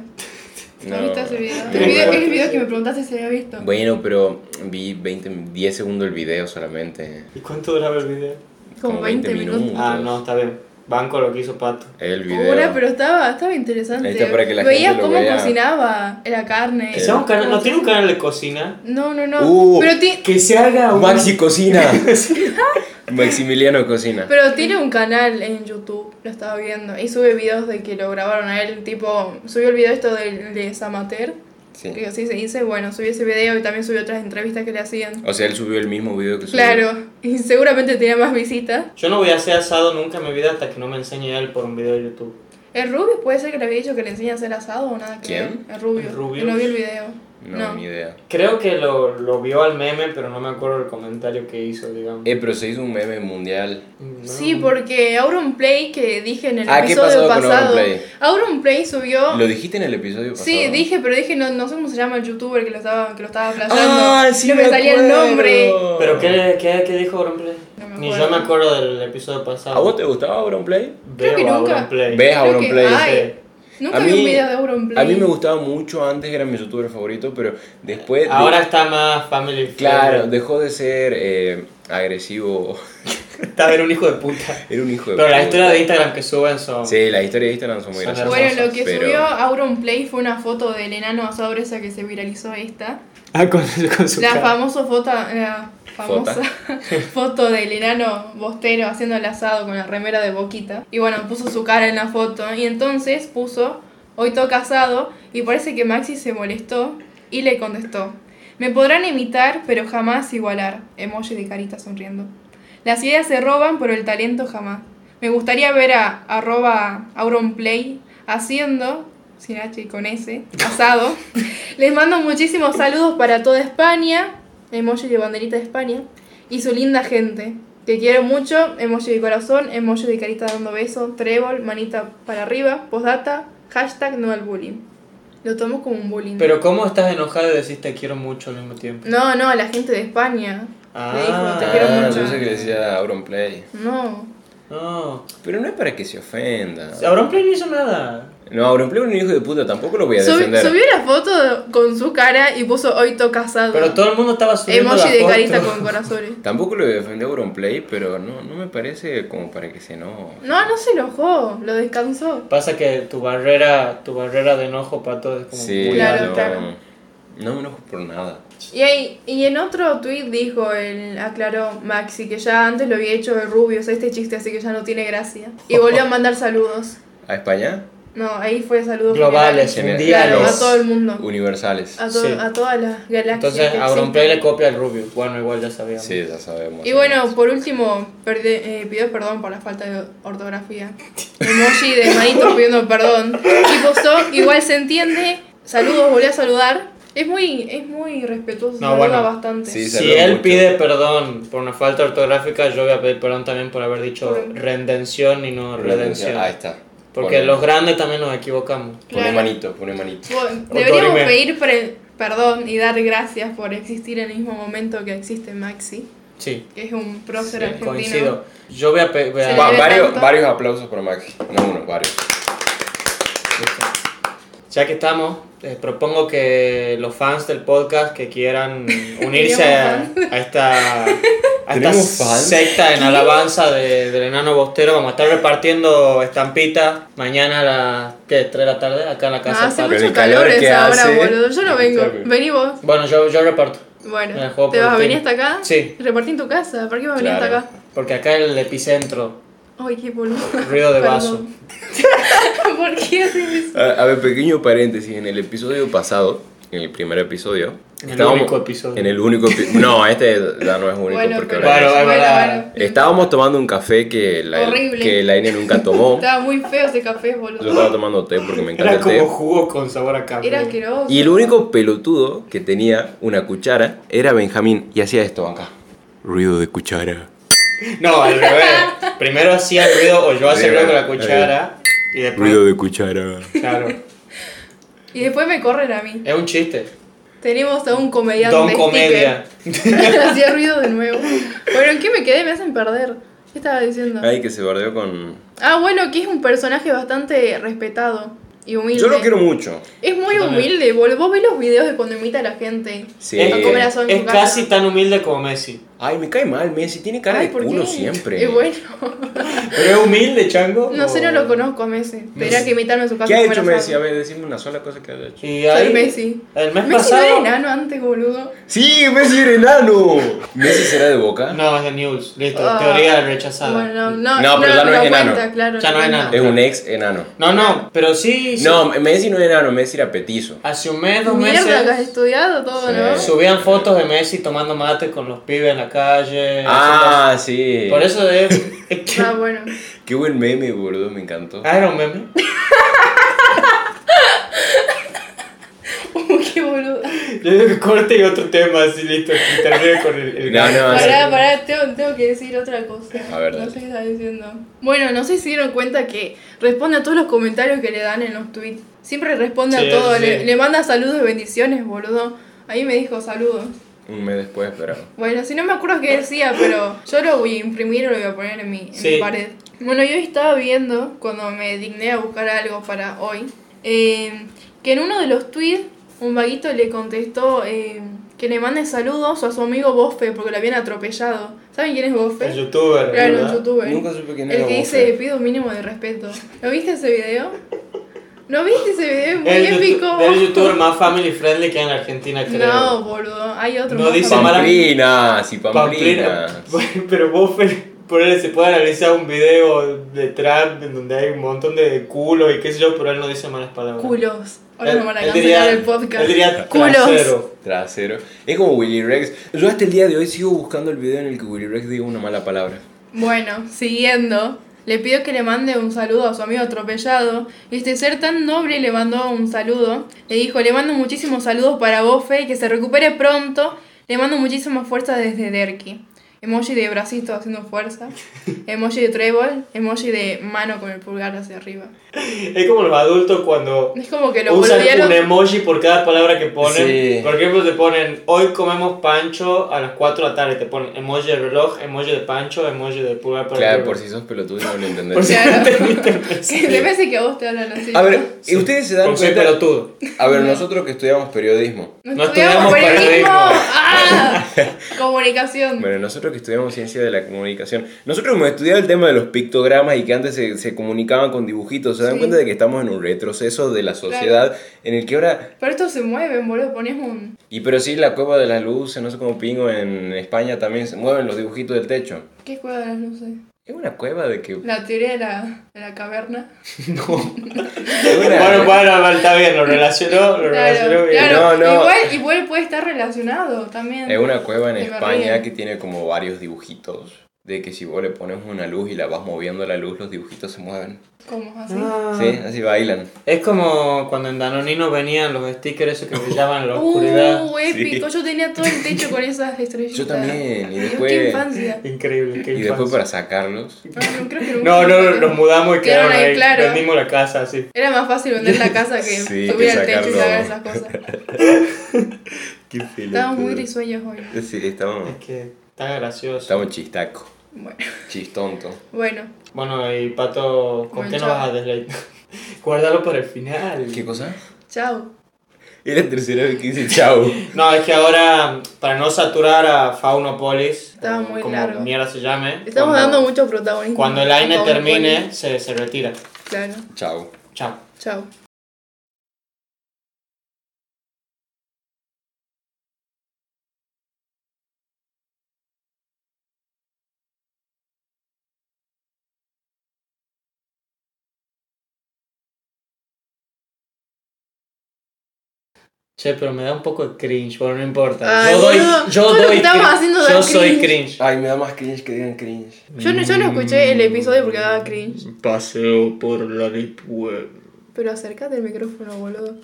[SPEAKER 1] No.
[SPEAKER 3] ¿No viste ese video?
[SPEAKER 1] No.
[SPEAKER 3] El video es el video que me preguntaste si había visto.
[SPEAKER 1] Bueno, pero vi 20, 10 segundos el video solamente.
[SPEAKER 2] ¿Y cuánto duraba el video?
[SPEAKER 3] Como 20 minutos.
[SPEAKER 2] Ah, no, está bien. Banco lo que hizo Pato.
[SPEAKER 1] El video.
[SPEAKER 3] Pobre, pero estaba, estaba interesante.
[SPEAKER 1] Ahí está para que la
[SPEAKER 3] Veías
[SPEAKER 1] gente lo
[SPEAKER 3] cómo
[SPEAKER 1] vea.
[SPEAKER 3] cocinaba la carne.
[SPEAKER 2] Que sea un canal- no tiene un canal de cocina.
[SPEAKER 3] No, no, no.
[SPEAKER 1] Uh.
[SPEAKER 3] pero, ti-
[SPEAKER 2] Que se haga un.
[SPEAKER 1] Maxi cocina. Maximiliano cocina.
[SPEAKER 3] pero tiene un canal en YouTube, lo estaba viendo. Y sube videos de que lo grabaron a él. Tipo, subió el video esto del de Samater.
[SPEAKER 1] Sí.
[SPEAKER 3] Que así se dice. Bueno, subió ese video y también subió otras entrevistas que le hacían.
[SPEAKER 1] O sea, él subió el mismo video que subió.
[SPEAKER 3] Claro, y seguramente tenía más visitas.
[SPEAKER 2] Yo no voy a hacer asado nunca en mi vida hasta que no me enseñe él por un video de YouTube.
[SPEAKER 3] El Rubio puede ser que le había dicho que le enseña a hacer asado o nada que
[SPEAKER 1] ¿Quién?
[SPEAKER 3] ver. El Rubio.
[SPEAKER 2] ¿El Rubius?
[SPEAKER 3] No vio el video.
[SPEAKER 1] No, ni idea.
[SPEAKER 2] Creo que lo, lo vio al meme, pero no me acuerdo el comentario que hizo, digamos.
[SPEAKER 1] Eh, pero se hizo un meme mundial.
[SPEAKER 2] No.
[SPEAKER 3] Sí, porque Auron Play que dije en el
[SPEAKER 1] Ah, ¿qué
[SPEAKER 3] episodio
[SPEAKER 1] pasó con
[SPEAKER 3] pasado.
[SPEAKER 1] Auronplay?
[SPEAKER 3] Auron Play subió.
[SPEAKER 1] Lo dijiste en el episodio pasado.
[SPEAKER 3] Sí, dije, pero dije no, no sé cómo se llama el youtuber que lo estaba que lo estaba flasheando.
[SPEAKER 1] Ah, sí,
[SPEAKER 3] no me, salía el
[SPEAKER 1] acuerdo.
[SPEAKER 3] nombre.
[SPEAKER 2] ¿Pero qué, qué, qué dijo Auronplay?
[SPEAKER 3] No me
[SPEAKER 2] Ni
[SPEAKER 3] acuerdo.
[SPEAKER 2] yo me acuerdo del episodio pasado.
[SPEAKER 1] ¿A vos te gustaba Auronplay?
[SPEAKER 3] Creo que
[SPEAKER 2] Veo a
[SPEAKER 3] nunca.
[SPEAKER 2] Auronplay.
[SPEAKER 1] ¿Ves
[SPEAKER 3] Creo que-
[SPEAKER 1] Auronplay?
[SPEAKER 3] ay, Nunca vi un video de Auron Play.
[SPEAKER 1] A mí me gustaba mucho antes, era mi youtuber favorito, pero después. de-
[SPEAKER 2] Ahora está más family friendly.
[SPEAKER 1] claro, dejó de ser eh, agresivo.
[SPEAKER 2] Está bien un hijo de puta.
[SPEAKER 1] Era un hijo de.
[SPEAKER 2] Pero las
[SPEAKER 1] puta.
[SPEAKER 2] historias de Instagram que suben son...
[SPEAKER 1] Sí, las historias de Instagram son muy
[SPEAKER 2] Son
[SPEAKER 1] graciosas.
[SPEAKER 3] Bueno, lo que
[SPEAKER 1] pero-
[SPEAKER 3] subió Auron Play fue una foto del enano asado esa que se viralizó esta.
[SPEAKER 2] Ah, con, con su
[SPEAKER 3] La
[SPEAKER 2] cara.
[SPEAKER 3] famosa foto, la famosa foto del enano bostero haciendo el asado con la remera de boquita. Y bueno, puso su cara en la foto. Y entonces puso, hoy toca asado. Y parece que Maxi se molestó y le contestó. Me podrán imitar, pero jamás igualar. Emoji de carita sonriendo. Las ideas se roban, pero el talento jamás. Me gustaría ver a arroba auronplay haciendo, sin H y con S, asado. Les mando muchísimos saludos para toda España, emoji de banderita de España, y su linda gente, que quiero mucho, emoji de corazón, emoji de carita dando beso, trébol, manita para arriba, postdata, hashtag no al bullying. Lo tomo como un bullying.
[SPEAKER 2] Pero ¿cómo estás enojado y decís te quiero mucho al mismo tiempo?
[SPEAKER 3] No, no, la gente de España.
[SPEAKER 2] Ah.
[SPEAKER 3] Le dijo, te quiero
[SPEAKER 1] Ah,
[SPEAKER 3] mucho.
[SPEAKER 1] yo sé que le decía Auronplay.
[SPEAKER 3] No.
[SPEAKER 2] No.
[SPEAKER 1] Pero no es para que se ofenda.
[SPEAKER 2] Auronplay no hizo nada.
[SPEAKER 1] No, Auronplay es un hijo de puta, tampoco lo voy a
[SPEAKER 3] Subi-
[SPEAKER 1] defender.
[SPEAKER 3] subió la foto con su cara y puso hoy toca asado.
[SPEAKER 2] Pero todo el mundo estaba subiendo la
[SPEAKER 3] Emoji de
[SPEAKER 2] foto.
[SPEAKER 3] carita con corazones.
[SPEAKER 1] Tampoco lo defendió Auronplay, pero no, no me parece como para que se no.
[SPEAKER 3] No, no se enojó, lo descansó.
[SPEAKER 2] Pasa que tu barrera, tu barrera de enojo, Pato, es como
[SPEAKER 1] Sí,
[SPEAKER 2] muy
[SPEAKER 3] Claro,
[SPEAKER 1] no,
[SPEAKER 2] alta.
[SPEAKER 3] claro.
[SPEAKER 1] no me enojo por nada.
[SPEAKER 3] Y, ahí- y en otro tweet dijo, el, aclaró Maxi, que ya antes lo había hecho el rubio, o sea, este chiste, así que ya no tiene gracia. Y volvió a mandar saludos.
[SPEAKER 1] ¿A España?
[SPEAKER 3] No, ahí fue saludos
[SPEAKER 2] Globales,
[SPEAKER 1] General.
[SPEAKER 2] mundiales.
[SPEAKER 3] Claro, a todo el mundo. Ah.
[SPEAKER 1] Universales.
[SPEAKER 3] A, to-
[SPEAKER 2] Sí.
[SPEAKER 3] a todas las galaxias.
[SPEAKER 2] Entonces,
[SPEAKER 3] que
[SPEAKER 2] Auronplay
[SPEAKER 3] existen.
[SPEAKER 2] le copia al Rubio. Bueno, igual ya sabíamos.
[SPEAKER 1] Sí, ya sabemos.
[SPEAKER 3] Y bueno, por último, perde- eh, pidió perdón por la falta de ortografía. Emoji de manito pidiendo perdón. Y postó, igual se entiende. Saludos, volví a saludar. Es muy, es muy respetuoso,
[SPEAKER 2] No,
[SPEAKER 3] saluda
[SPEAKER 2] bueno.
[SPEAKER 3] bastante.
[SPEAKER 1] Sí,
[SPEAKER 2] Si
[SPEAKER 1] saludo
[SPEAKER 2] él
[SPEAKER 1] mucho.
[SPEAKER 2] pide perdón por una falta ortográfica, yo voy a pedir perdón también por haber dicho
[SPEAKER 3] Por-
[SPEAKER 2] rendención y no redención.
[SPEAKER 1] Ahí está.
[SPEAKER 2] Porque
[SPEAKER 1] Pone-
[SPEAKER 2] los grandes también nos equivocamos.
[SPEAKER 1] Pone
[SPEAKER 3] Claro.
[SPEAKER 1] manito, pone manito.
[SPEAKER 3] Bueno, Deberíamos
[SPEAKER 2] Ortorime.
[SPEAKER 3] pedir pre- perdón y dar gracias por existir en el mismo momento que existe Maxi,
[SPEAKER 2] Sí,
[SPEAKER 3] que es un prócer
[SPEAKER 1] Sí,
[SPEAKER 3] argentino.
[SPEAKER 2] coincido. Yo voy a, pe- voy a-
[SPEAKER 3] Se le
[SPEAKER 1] Va-
[SPEAKER 3] debe
[SPEAKER 1] varios,
[SPEAKER 3] tanto.
[SPEAKER 1] varios aplausos para Maxi. No uno, varios.
[SPEAKER 2] Ya que estamos, eh, propongo que los fans del podcast que quieran unirse a, a esta, a esta
[SPEAKER 1] ¿Tenemos fans?
[SPEAKER 2] secta en alabanza de- del enano bostero, vamos a estar repartiendo estampitas mañana a las ¿qué? 3 de la tarde acá en la
[SPEAKER 3] No,
[SPEAKER 2] casa.
[SPEAKER 3] Ah, hace
[SPEAKER 1] Pero
[SPEAKER 2] de Pato.
[SPEAKER 1] el
[SPEAKER 3] mucho
[SPEAKER 1] calor
[SPEAKER 3] calor
[SPEAKER 1] que
[SPEAKER 3] esa hora,
[SPEAKER 1] hace-
[SPEAKER 3] boludo. Yo no vengo.
[SPEAKER 1] Escuchame.
[SPEAKER 3] Vení vos.
[SPEAKER 2] Bueno, yo, yo reparto.
[SPEAKER 3] Bueno,
[SPEAKER 2] Me dejó
[SPEAKER 3] ¿te vas a
[SPEAKER 2] por
[SPEAKER 3] venir
[SPEAKER 2] ti.
[SPEAKER 3] hasta acá?
[SPEAKER 2] Sí.
[SPEAKER 3] Repartí en tu casa. ¿Para qué vas a venir
[SPEAKER 1] Claro.
[SPEAKER 3] hasta acá?
[SPEAKER 2] Porque acá el epicentro.
[SPEAKER 3] Ay, qué boludo.
[SPEAKER 2] Ruido de vaso.
[SPEAKER 3] Perdón. ¿Por qué haces eso?
[SPEAKER 1] A, a ver, pequeño paréntesis. En el episodio pasado, en el primer episodio,
[SPEAKER 2] En el
[SPEAKER 1] Estábamos-
[SPEAKER 2] único episodio.
[SPEAKER 1] En el único epi- No, este ya no es único
[SPEAKER 3] Bueno,
[SPEAKER 1] porque
[SPEAKER 3] pero.
[SPEAKER 1] ahora
[SPEAKER 2] Bueno,
[SPEAKER 1] es-
[SPEAKER 2] bueno,
[SPEAKER 1] Estábamos tomando un café que la,
[SPEAKER 3] Horrible.
[SPEAKER 1] que la Ine nunca tomó.
[SPEAKER 3] Estaba muy feo ese café,
[SPEAKER 1] Yo
[SPEAKER 3] boludo.
[SPEAKER 1] estaba tomando té porque me encanta el
[SPEAKER 2] Era
[SPEAKER 1] té.
[SPEAKER 2] como jugo con sabor a café.
[SPEAKER 3] Era asqueroso.
[SPEAKER 1] Y el único pelotudo que tenía una cuchara era Benjamín y hacía esto acá. Ruido de cuchara.
[SPEAKER 2] No, al revés. Primero hacía el ruido o yo hacía el ruido con la cuchara y después...
[SPEAKER 1] Ruido de cuchara.
[SPEAKER 2] Claro.
[SPEAKER 3] Y después me corren a mí.
[SPEAKER 2] Es un chiste.
[SPEAKER 3] Tenemos a un comediante.
[SPEAKER 2] Don
[SPEAKER 3] de
[SPEAKER 2] Comedia.
[SPEAKER 3] sticker. Hacía ruido de nuevo. Bueno, ¿en qué me quedé? Me hacen perder. ¿Qué estaba diciendo?
[SPEAKER 1] Ay, que se bardeó con...
[SPEAKER 3] Ah, bueno, que es un personaje bastante respetado y humilde.
[SPEAKER 1] Yo lo quiero mucho.
[SPEAKER 3] Es muy
[SPEAKER 2] Yo también.
[SPEAKER 3] humilde, boludo. Vos ves los videos de cuando imita a la gente.
[SPEAKER 1] Sí.
[SPEAKER 2] Es,
[SPEAKER 3] A comer asado en
[SPEAKER 2] Eh, es
[SPEAKER 3] su casa.
[SPEAKER 2] casi tan humilde como Messi.
[SPEAKER 1] Ay, me cae mal Messi. Tiene cara
[SPEAKER 3] Ay,
[SPEAKER 1] de
[SPEAKER 3] ¿por
[SPEAKER 1] culo
[SPEAKER 3] qué?
[SPEAKER 1] siempre.
[SPEAKER 3] Es bueno.
[SPEAKER 2] ¿Pero es humilde, Chango?
[SPEAKER 3] No sé, no
[SPEAKER 2] o-
[SPEAKER 3] lo conozco a Messi. Tendría que imitarme a su casa.
[SPEAKER 1] ¿Qué ha
[SPEAKER 3] a comer
[SPEAKER 1] hecho
[SPEAKER 3] asado.
[SPEAKER 1] Messi? A ver, decime una sola cosa que ha hecho.
[SPEAKER 2] Y
[SPEAKER 3] Soy
[SPEAKER 2] ahí,
[SPEAKER 3] Messi.
[SPEAKER 2] El mes
[SPEAKER 3] Messi no era
[SPEAKER 2] pasado...
[SPEAKER 3] enano antes, boludo.
[SPEAKER 1] ¡Sí, Messi era enano! ¿Messi será de Boca?
[SPEAKER 2] No, es de News. Listo,
[SPEAKER 3] Ah,
[SPEAKER 2] teoría rechazada.
[SPEAKER 3] Bueno, no,
[SPEAKER 1] No, pero ya no es enano.
[SPEAKER 3] cuenta, claro,
[SPEAKER 2] Ya no es enano.
[SPEAKER 1] Es un ex enano.
[SPEAKER 2] No, no, pero sí... sí.
[SPEAKER 1] No, Messi no era enano, Messi era petizo.
[SPEAKER 2] Hace un mes, dos
[SPEAKER 3] Mierda, que has
[SPEAKER 2] meses...
[SPEAKER 3] estudiado todo,
[SPEAKER 1] Sí.
[SPEAKER 3] ¿no?
[SPEAKER 2] Subían fotos de Messi tomando mate con los pibes en la calle.
[SPEAKER 1] Ah, sí.
[SPEAKER 2] Por eso es... es que-
[SPEAKER 3] Ah, bueno.
[SPEAKER 1] Qué buen meme, boludo, me encantó.
[SPEAKER 2] Ah, era un meme.
[SPEAKER 3] Uy, qué boludo.
[SPEAKER 2] Yo digo que corte y otro tema, así listo, y termino con el... el-
[SPEAKER 1] No, no,
[SPEAKER 3] Pará, pará, tengo, tengo que decir otra cosa.
[SPEAKER 1] A ver,
[SPEAKER 3] no
[SPEAKER 1] dale.
[SPEAKER 3] sé qué estaba diciendo. Bueno, no sé si dieron cuenta que responde a todos los comentarios que le dan en los tweets. Siempre responde
[SPEAKER 2] Sí,
[SPEAKER 3] a todo,
[SPEAKER 2] sí.
[SPEAKER 3] le, le manda saludos y bendiciones, boludo. Ahí me dijo saludos.
[SPEAKER 1] Un mes después, pero...
[SPEAKER 3] Bueno, si no me acuerdo qué decía, pero yo lo voy a imprimir y lo voy a poner en mi, en
[SPEAKER 2] Sí.
[SPEAKER 3] mi pared. Bueno, yo estaba viendo, cuando me digné a buscar algo para hoy, eh, que en uno de los tweets un vaguito le contestó eh, que le mande saludos a su amigo Bofe porque lo habían atropellado. ¿Saben quién es
[SPEAKER 2] El
[SPEAKER 3] Bofe?
[SPEAKER 2] youtuber.
[SPEAKER 3] Claro, un
[SPEAKER 2] ¿verdad?
[SPEAKER 3] youtuber.
[SPEAKER 1] supe
[SPEAKER 3] El
[SPEAKER 1] quién
[SPEAKER 3] que
[SPEAKER 2] eh.
[SPEAKER 3] dice pido un mínimo de respeto. ¿No viste ese video? ¿No viste ese video? Es Muy
[SPEAKER 2] El,
[SPEAKER 3] épico.
[SPEAKER 2] youtu- el youtuber más family friendly que hay en Argentina, creo.
[SPEAKER 3] No, boludo. Hay otro.
[SPEAKER 2] No
[SPEAKER 3] más
[SPEAKER 2] dice
[SPEAKER 3] famoso.
[SPEAKER 2] mala-
[SPEAKER 1] Pamplinas y pamplinas.
[SPEAKER 2] Pamplina. Bueno, Pero vos, Fer, por él se puede analizar un video de trap en donde hay un montón de culos y qué sé yo, pero él no dice malas palabras.
[SPEAKER 3] Culos. Ahora
[SPEAKER 2] Él-
[SPEAKER 3] nos van a
[SPEAKER 2] él
[SPEAKER 3] cancelar
[SPEAKER 2] diría-
[SPEAKER 3] el podcast.
[SPEAKER 2] Él diría
[SPEAKER 3] Culos.
[SPEAKER 2] trasero.
[SPEAKER 1] Trasero. Es como Willy Rex. Yo hasta el día de hoy sigo buscando el video en el que Willy Rex diga una mala palabra.
[SPEAKER 3] Bueno, siguiendo, le pidió que le mande un saludo a su amigo atropellado. Y este ser tan noble le mandó un saludo. Le dijo, le mando muchísimos saludos para Bofe, que se recupere pronto. Le mando muchísima fuerza desde Derki. Emoji de bracito haciendo fuerza. Emoji de trébol. Emoji de mano con el pulgar hacia arriba.
[SPEAKER 2] Es como los adultos cuando
[SPEAKER 3] Es como que lo
[SPEAKER 2] usan
[SPEAKER 3] volvieron...
[SPEAKER 2] un emoji por cada palabra que ponen.
[SPEAKER 1] Sí.
[SPEAKER 2] Por ejemplo, te ponen hoy comemos pancho a las 4 de la tarde. Te ponen emoji de reloj, emoji de pancho, emoji de pulgar para
[SPEAKER 1] Claro,
[SPEAKER 2] arriba.
[SPEAKER 1] por si sos pelotudo no lo
[SPEAKER 2] Por si
[SPEAKER 1] entendés.
[SPEAKER 3] Claro.
[SPEAKER 1] Sí.
[SPEAKER 3] que te parece que a vos te hablan así.
[SPEAKER 1] A ver, ¿y ustedes se dan
[SPEAKER 2] Porque soy
[SPEAKER 1] cuenta.
[SPEAKER 2] pelotudo.
[SPEAKER 1] A ver, nosotros que estudiamos periodismo.
[SPEAKER 3] No,
[SPEAKER 2] no estudiamos
[SPEAKER 3] estudiamos periodismo.
[SPEAKER 2] periodismo.
[SPEAKER 3] ¡Ah! Comunicación.
[SPEAKER 1] Bueno, nosotros que estudiamos ciencia de la comunicación, nosotros hemos estudiado el tema de los pictogramas y que antes se, se comunicaban con dibujitos, se dan
[SPEAKER 3] Sí.
[SPEAKER 1] cuenta de que estamos en un retroceso de la sociedad en el que ahora,
[SPEAKER 3] Pero estos se mueven, boludo, pones un...
[SPEAKER 1] y pero sí, la cueva de las luces, no sé cómo pingo, en España también se mueven los dibujitos del techo.
[SPEAKER 3] ¿Qué es cueva de las luces?
[SPEAKER 1] Es una cueva de que...
[SPEAKER 3] La teoría de la, de la caverna.
[SPEAKER 1] es una-
[SPEAKER 2] Bueno, bueno, bueno, está bien, lo relacionó, lo relacionó
[SPEAKER 3] Claro,
[SPEAKER 2] bien.
[SPEAKER 3] claro.
[SPEAKER 1] No, no.
[SPEAKER 3] Igual, igual puede estar relacionado también.
[SPEAKER 1] Es una cueva en
[SPEAKER 3] Se me
[SPEAKER 1] España
[SPEAKER 3] ríen.
[SPEAKER 1] que tiene como varios dibujitos. De que si vos le pones una luz y la vas moviendo la luz, los dibujitos se mueven.
[SPEAKER 3] ¿Cómo así?
[SPEAKER 2] Ah.
[SPEAKER 1] Sí, así bailan.
[SPEAKER 2] Es como cuando en Danonino venían los stickers esos que brillaban en la oscuridad.
[SPEAKER 3] Uh, épico. Yo tenía todo el techo con esas estrellitas.
[SPEAKER 1] Yo también, y
[SPEAKER 3] Dios,
[SPEAKER 1] después-
[SPEAKER 3] qué infancia.
[SPEAKER 2] Increíble, qué
[SPEAKER 1] Y después
[SPEAKER 2] infancia.
[SPEAKER 1] para sacarlos.
[SPEAKER 3] No, no, creo que nunca
[SPEAKER 2] No, no,
[SPEAKER 3] lo-
[SPEAKER 2] nos mudamos y
[SPEAKER 3] Quedaron
[SPEAKER 2] quedaron
[SPEAKER 3] ahí,
[SPEAKER 2] ahí.
[SPEAKER 3] claro.
[SPEAKER 2] Vendimos la casa, así.
[SPEAKER 3] Era más fácil vender la casa que
[SPEAKER 1] Sí,
[SPEAKER 3] subir
[SPEAKER 1] que
[SPEAKER 3] al techo y
[SPEAKER 1] sacarlo.
[SPEAKER 3] sacar esas cosas.
[SPEAKER 1] Qué feliz.
[SPEAKER 3] Estábamos muy risueños hoy.
[SPEAKER 1] Sí, estamos,
[SPEAKER 2] Es que está gracioso.
[SPEAKER 1] estamos chistaco,
[SPEAKER 3] Bueno,
[SPEAKER 1] chistonto.
[SPEAKER 3] bueno.
[SPEAKER 2] Bueno, y Pato, ¿con
[SPEAKER 3] Bueno,
[SPEAKER 2] qué nos
[SPEAKER 3] chao.
[SPEAKER 2] vas a deleitar? Guárdalo para el final.
[SPEAKER 1] ¿Qué cosa?
[SPEAKER 3] Chao.
[SPEAKER 1] Es la tercera vez que dice chau.
[SPEAKER 2] No, es que ahora, para no saturar a Faunopolis,
[SPEAKER 3] Estaba
[SPEAKER 2] o
[SPEAKER 3] muy
[SPEAKER 2] como
[SPEAKER 3] largo.
[SPEAKER 2] mierda se llame.
[SPEAKER 3] Estamos
[SPEAKER 2] cuando-
[SPEAKER 3] dando mucho protagonismo.
[SPEAKER 2] Cuando el AINE
[SPEAKER 3] Por favor,
[SPEAKER 2] termine, se, se retira.
[SPEAKER 3] Poli. Claro.
[SPEAKER 1] Chau.
[SPEAKER 2] Chao.
[SPEAKER 3] Chao.
[SPEAKER 2] Che, pero me da un poco de cringe, pero no importa.
[SPEAKER 3] Ay,
[SPEAKER 2] yo doy,
[SPEAKER 3] boludo,
[SPEAKER 2] yo
[SPEAKER 3] vos lo
[SPEAKER 2] doy
[SPEAKER 3] estabas
[SPEAKER 2] cringe.
[SPEAKER 3] haciendo dar
[SPEAKER 2] Yo soy
[SPEAKER 3] cringe.
[SPEAKER 2] cringe.
[SPEAKER 1] Ay, me da más cringe que digan cringe.
[SPEAKER 3] Yo no, yo no escuché
[SPEAKER 1] Mm.
[SPEAKER 3] el episodio porque daba cringe.
[SPEAKER 2] Paseo por la deep web.
[SPEAKER 3] Pero acércate al micrófono, boludo.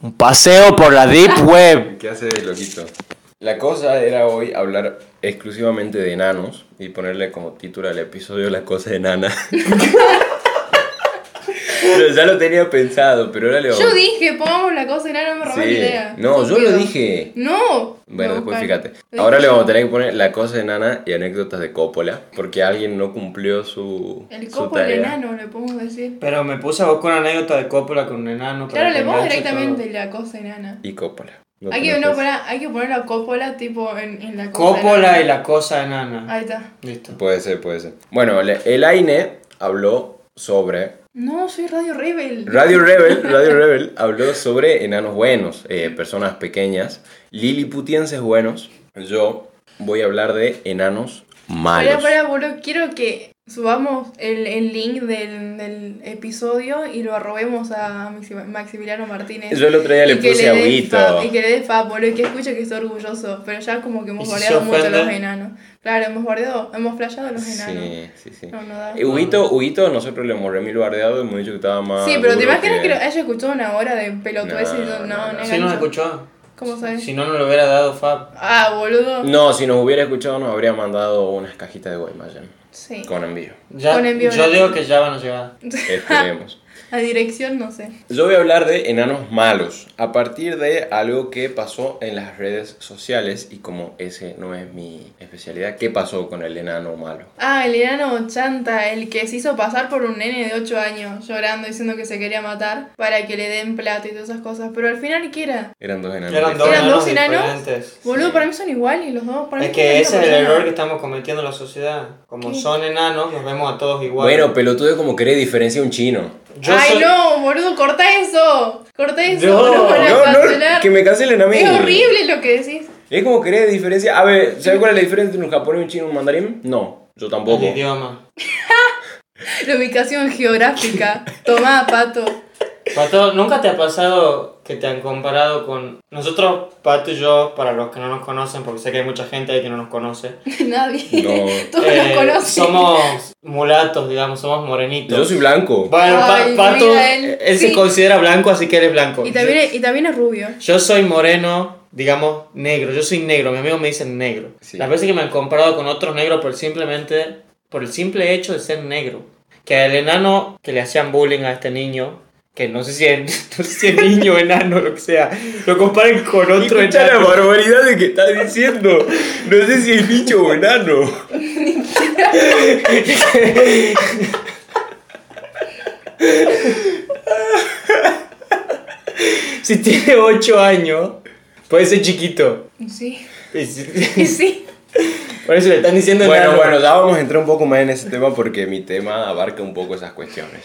[SPEAKER 2] Un paseo por la deep web.
[SPEAKER 1] ¿Qué hace el loquito? La cosa era hoy hablar exclusivamente de enanos y ponerle como título al episodio La cosa enana. pero ya lo tenía pensado, pero ahora le
[SPEAKER 3] Yo dije, pongamos la cosa y nada, no me robas
[SPEAKER 1] Sí.
[SPEAKER 3] la idea.
[SPEAKER 1] No, yo
[SPEAKER 3] Estúpido.
[SPEAKER 1] lo dije.
[SPEAKER 3] No.
[SPEAKER 1] Bueno,
[SPEAKER 3] No,
[SPEAKER 1] después
[SPEAKER 3] Juan.
[SPEAKER 1] fíjate.
[SPEAKER 3] Lo
[SPEAKER 1] Ahora
[SPEAKER 3] dije
[SPEAKER 1] le vamos a
[SPEAKER 3] yo.
[SPEAKER 1] tener que poner la cosa enana y anécdotas de Coppola, porque alguien no cumplió su,
[SPEAKER 3] El
[SPEAKER 1] su
[SPEAKER 3] copo
[SPEAKER 1] tarea.
[SPEAKER 3] del enano, le podemos decir.
[SPEAKER 2] Pero me puse a buscar una anécdota de Coppola con un enano. para
[SPEAKER 3] Claro,
[SPEAKER 2] que
[SPEAKER 3] le pongo
[SPEAKER 2] enganche
[SPEAKER 3] directamente la cosa enana.
[SPEAKER 1] Y Coppola. No
[SPEAKER 3] Hay que, no,
[SPEAKER 1] conoces.
[SPEAKER 3] pará, hay que poner la cópola tipo en, en la
[SPEAKER 2] todo.
[SPEAKER 3] cosa
[SPEAKER 2] Coppola y
[SPEAKER 3] enana.
[SPEAKER 2] la cosa enana.
[SPEAKER 3] Ahí está.
[SPEAKER 2] Listo.
[SPEAKER 1] Puede ser, puede ser. Bueno, le- el AINE habló sobre
[SPEAKER 3] No, soy Radio Rebel.
[SPEAKER 1] Radio Rebel, Radio Rebel habló sobre enanos buenos, eh, personas pequeñas, liliputienses buenos. Yo voy a hablar de enanos
[SPEAKER 3] Pará,
[SPEAKER 1] malos.
[SPEAKER 3] pará, boludo, quiero que subamos el, el link del, del episodio y lo arrobemos a Maxi- Maximiliano Martínez.
[SPEAKER 1] Yo el otro día le
[SPEAKER 3] Y que
[SPEAKER 1] puse
[SPEAKER 3] le dé
[SPEAKER 1] agüito.
[SPEAKER 3] fab- Y que le dé fab, boludo, y que escuche que está orgulloso. Pero ya como que hemos
[SPEAKER 2] ¿Y si
[SPEAKER 3] guardeado
[SPEAKER 2] se
[SPEAKER 3] mucho a los
[SPEAKER 2] ofende?
[SPEAKER 3] enanos. Claro, hemos guardeado, hemos flasheado a los enanos.
[SPEAKER 1] Sí, sí, sí.
[SPEAKER 3] No, no da.
[SPEAKER 1] Eh, Huguito, Huguito, nosotros le hemos remil bardeado y hemos dicho que estaba más.
[SPEAKER 3] sí, pero te
[SPEAKER 1] duro
[SPEAKER 3] imaginas que...
[SPEAKER 1] Ah, que-
[SPEAKER 3] haya escuchado una hora de pelotudeces
[SPEAKER 1] No,
[SPEAKER 3] y no, no,
[SPEAKER 1] no, no.
[SPEAKER 3] no
[SPEAKER 2] Si no
[SPEAKER 3] engancha.
[SPEAKER 2] lo escuchó.
[SPEAKER 3] ¿Cómo sabes?
[SPEAKER 2] Si no, no lo hubiera dado Fab.
[SPEAKER 3] Ah, boludo.
[SPEAKER 1] No, si nos hubiera escuchado, nos habría mandado unas cajitas de Guaymallén
[SPEAKER 3] Sí.
[SPEAKER 1] con envío.
[SPEAKER 2] Ya,
[SPEAKER 3] Con envío
[SPEAKER 2] yo
[SPEAKER 3] gratis.
[SPEAKER 2] digo que ya van a llegar.
[SPEAKER 1] Esperemos.
[SPEAKER 3] La dirección no sé.
[SPEAKER 1] Yo voy a hablar de enanos malos, a partir de algo que pasó en las redes sociales y como ese no es mi especialidad, ¿qué pasó con el enano malo?
[SPEAKER 3] Ah, el enano chanta, el que se hizo pasar por un nene de 8 años llorando diciendo que se quería matar para que le den plata y todas esas cosas. Pero al final, ¿qué era?
[SPEAKER 1] Eran dos enanos.
[SPEAKER 2] Eran dos
[SPEAKER 1] diferentes.
[SPEAKER 2] enanos
[SPEAKER 3] dos enanos?
[SPEAKER 2] diferentes.
[SPEAKER 3] Boludo,
[SPEAKER 1] Sí.
[SPEAKER 3] para mí son iguales los dos. Para
[SPEAKER 2] Es
[SPEAKER 3] mí
[SPEAKER 2] que
[SPEAKER 3] son
[SPEAKER 2] ese
[SPEAKER 3] la
[SPEAKER 2] es el
[SPEAKER 3] misma
[SPEAKER 2] error que
[SPEAKER 3] persona.
[SPEAKER 2] estamos cometiendo en la sociedad. Como
[SPEAKER 3] ¿Qué?
[SPEAKER 2] son enanos, nos vemos a todos iguales.
[SPEAKER 1] Bueno, pelotudo como querés diferencia un chino.
[SPEAKER 2] yo
[SPEAKER 3] Ay,
[SPEAKER 2] soy-
[SPEAKER 3] no, boludo, corta eso. Corta eso.
[SPEAKER 2] No,
[SPEAKER 3] No, van a
[SPEAKER 1] No, no,
[SPEAKER 3] cancelar.
[SPEAKER 1] que me cancelen a mí.
[SPEAKER 3] Es horrible lo que decís.
[SPEAKER 1] Es como querés diferencia. A ver, ¿sabes cuál es la diferencia entre un japonés, un chino y un mandarín? No, yo
[SPEAKER 2] El
[SPEAKER 1] tampoco.
[SPEAKER 2] idioma.
[SPEAKER 3] La ubicación geográfica. Tomá, pato.
[SPEAKER 2] Pato, ¿nunca te ha pasado que te han comparado con... Nosotros, Pato y yo, para los que no nos conocen, porque sé que hay mucha gente ahí que no nos conoce.
[SPEAKER 3] Nadie.
[SPEAKER 1] No.
[SPEAKER 3] Todos
[SPEAKER 2] eh,
[SPEAKER 3] nos conocen.
[SPEAKER 2] Somos mulatos, digamos, somos morenitos.
[SPEAKER 1] Yo soy blanco.
[SPEAKER 2] Bueno, Pa-
[SPEAKER 3] Ay,
[SPEAKER 2] Pato,
[SPEAKER 3] mira, él-
[SPEAKER 2] él, se
[SPEAKER 3] sí.
[SPEAKER 2] considera blanco, así que él es blanco.
[SPEAKER 3] Y también, y también es rubio.
[SPEAKER 2] Yo soy moreno, digamos, negro. Yo soy negro, mi amigo me dice negro.
[SPEAKER 1] Sí.
[SPEAKER 2] Las veces que me han comparado con otros negros por simplemente por el simple hecho de ser negro. Que el enano que le hacían bullying a este niño, que no sé si es, no sé si es niño, enano, lo que sea, lo comparan con otro
[SPEAKER 1] Escuchá la
[SPEAKER 2] enano.
[SPEAKER 1] barbaridad de que estás diciendo. No sé si es bicho o enano.
[SPEAKER 2] Si tiene 8 años, puede ser chiquito.
[SPEAKER 3] Sí.
[SPEAKER 2] Y si-
[SPEAKER 3] Y sí.
[SPEAKER 2] Por eso le están diciendo
[SPEAKER 1] Bueno,
[SPEAKER 2] enano.
[SPEAKER 1] bueno, ya vamos a entrar un poco más en ese tema porque mi tema abarca un poco esas cuestiones.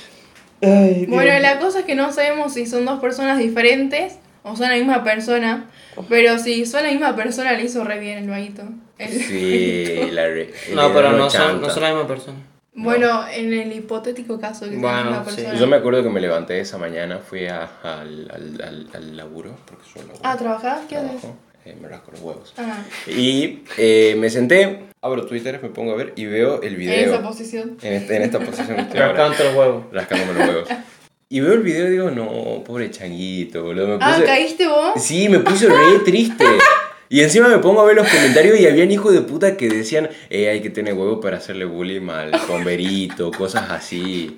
[SPEAKER 2] Ay, Dios.
[SPEAKER 3] Bueno, la cosa es que no sabemos si son dos personas diferentes o son la misma persona. Pero si son la misma persona, le hizo re bien el vaguito. El-
[SPEAKER 1] Sí, la re-
[SPEAKER 2] No,
[SPEAKER 1] el
[SPEAKER 2] pero
[SPEAKER 1] enano
[SPEAKER 2] no son,
[SPEAKER 1] chanta.
[SPEAKER 2] no son la misma persona.
[SPEAKER 3] Bueno, en el hipotético caso que sea la
[SPEAKER 2] Bueno,
[SPEAKER 3] misma
[SPEAKER 2] sí.
[SPEAKER 3] persona.
[SPEAKER 1] Yo me acuerdo que me levanté esa mañana, fui a- al, al- al- al laburo, porque yo laburo.
[SPEAKER 3] Ah, ¿trabajás? ¿Qué haces?
[SPEAKER 1] Trabajo, eh, me rasco los huevos.
[SPEAKER 3] Ah,
[SPEAKER 1] Y eh, me senté, abro Twitter, me pongo a ver y veo el
[SPEAKER 3] en esa
[SPEAKER 1] video.
[SPEAKER 3] posición.
[SPEAKER 1] En, este- en esta posición que estoy
[SPEAKER 2] Me
[SPEAKER 1] ahora,
[SPEAKER 2] canto los huevos.
[SPEAKER 1] rascándome los huevos. Y veo el video y digo, no, pobre changuito, boludo. Me
[SPEAKER 3] Ah,
[SPEAKER 1] puse-
[SPEAKER 3] ¿caíste vos?
[SPEAKER 1] Sí, me puse re triste. Y encima me pongo a ver los comentarios y habían hijos de puta que decían, eh, hay que tener huevo para hacerle bullying al bomberito, cosas así.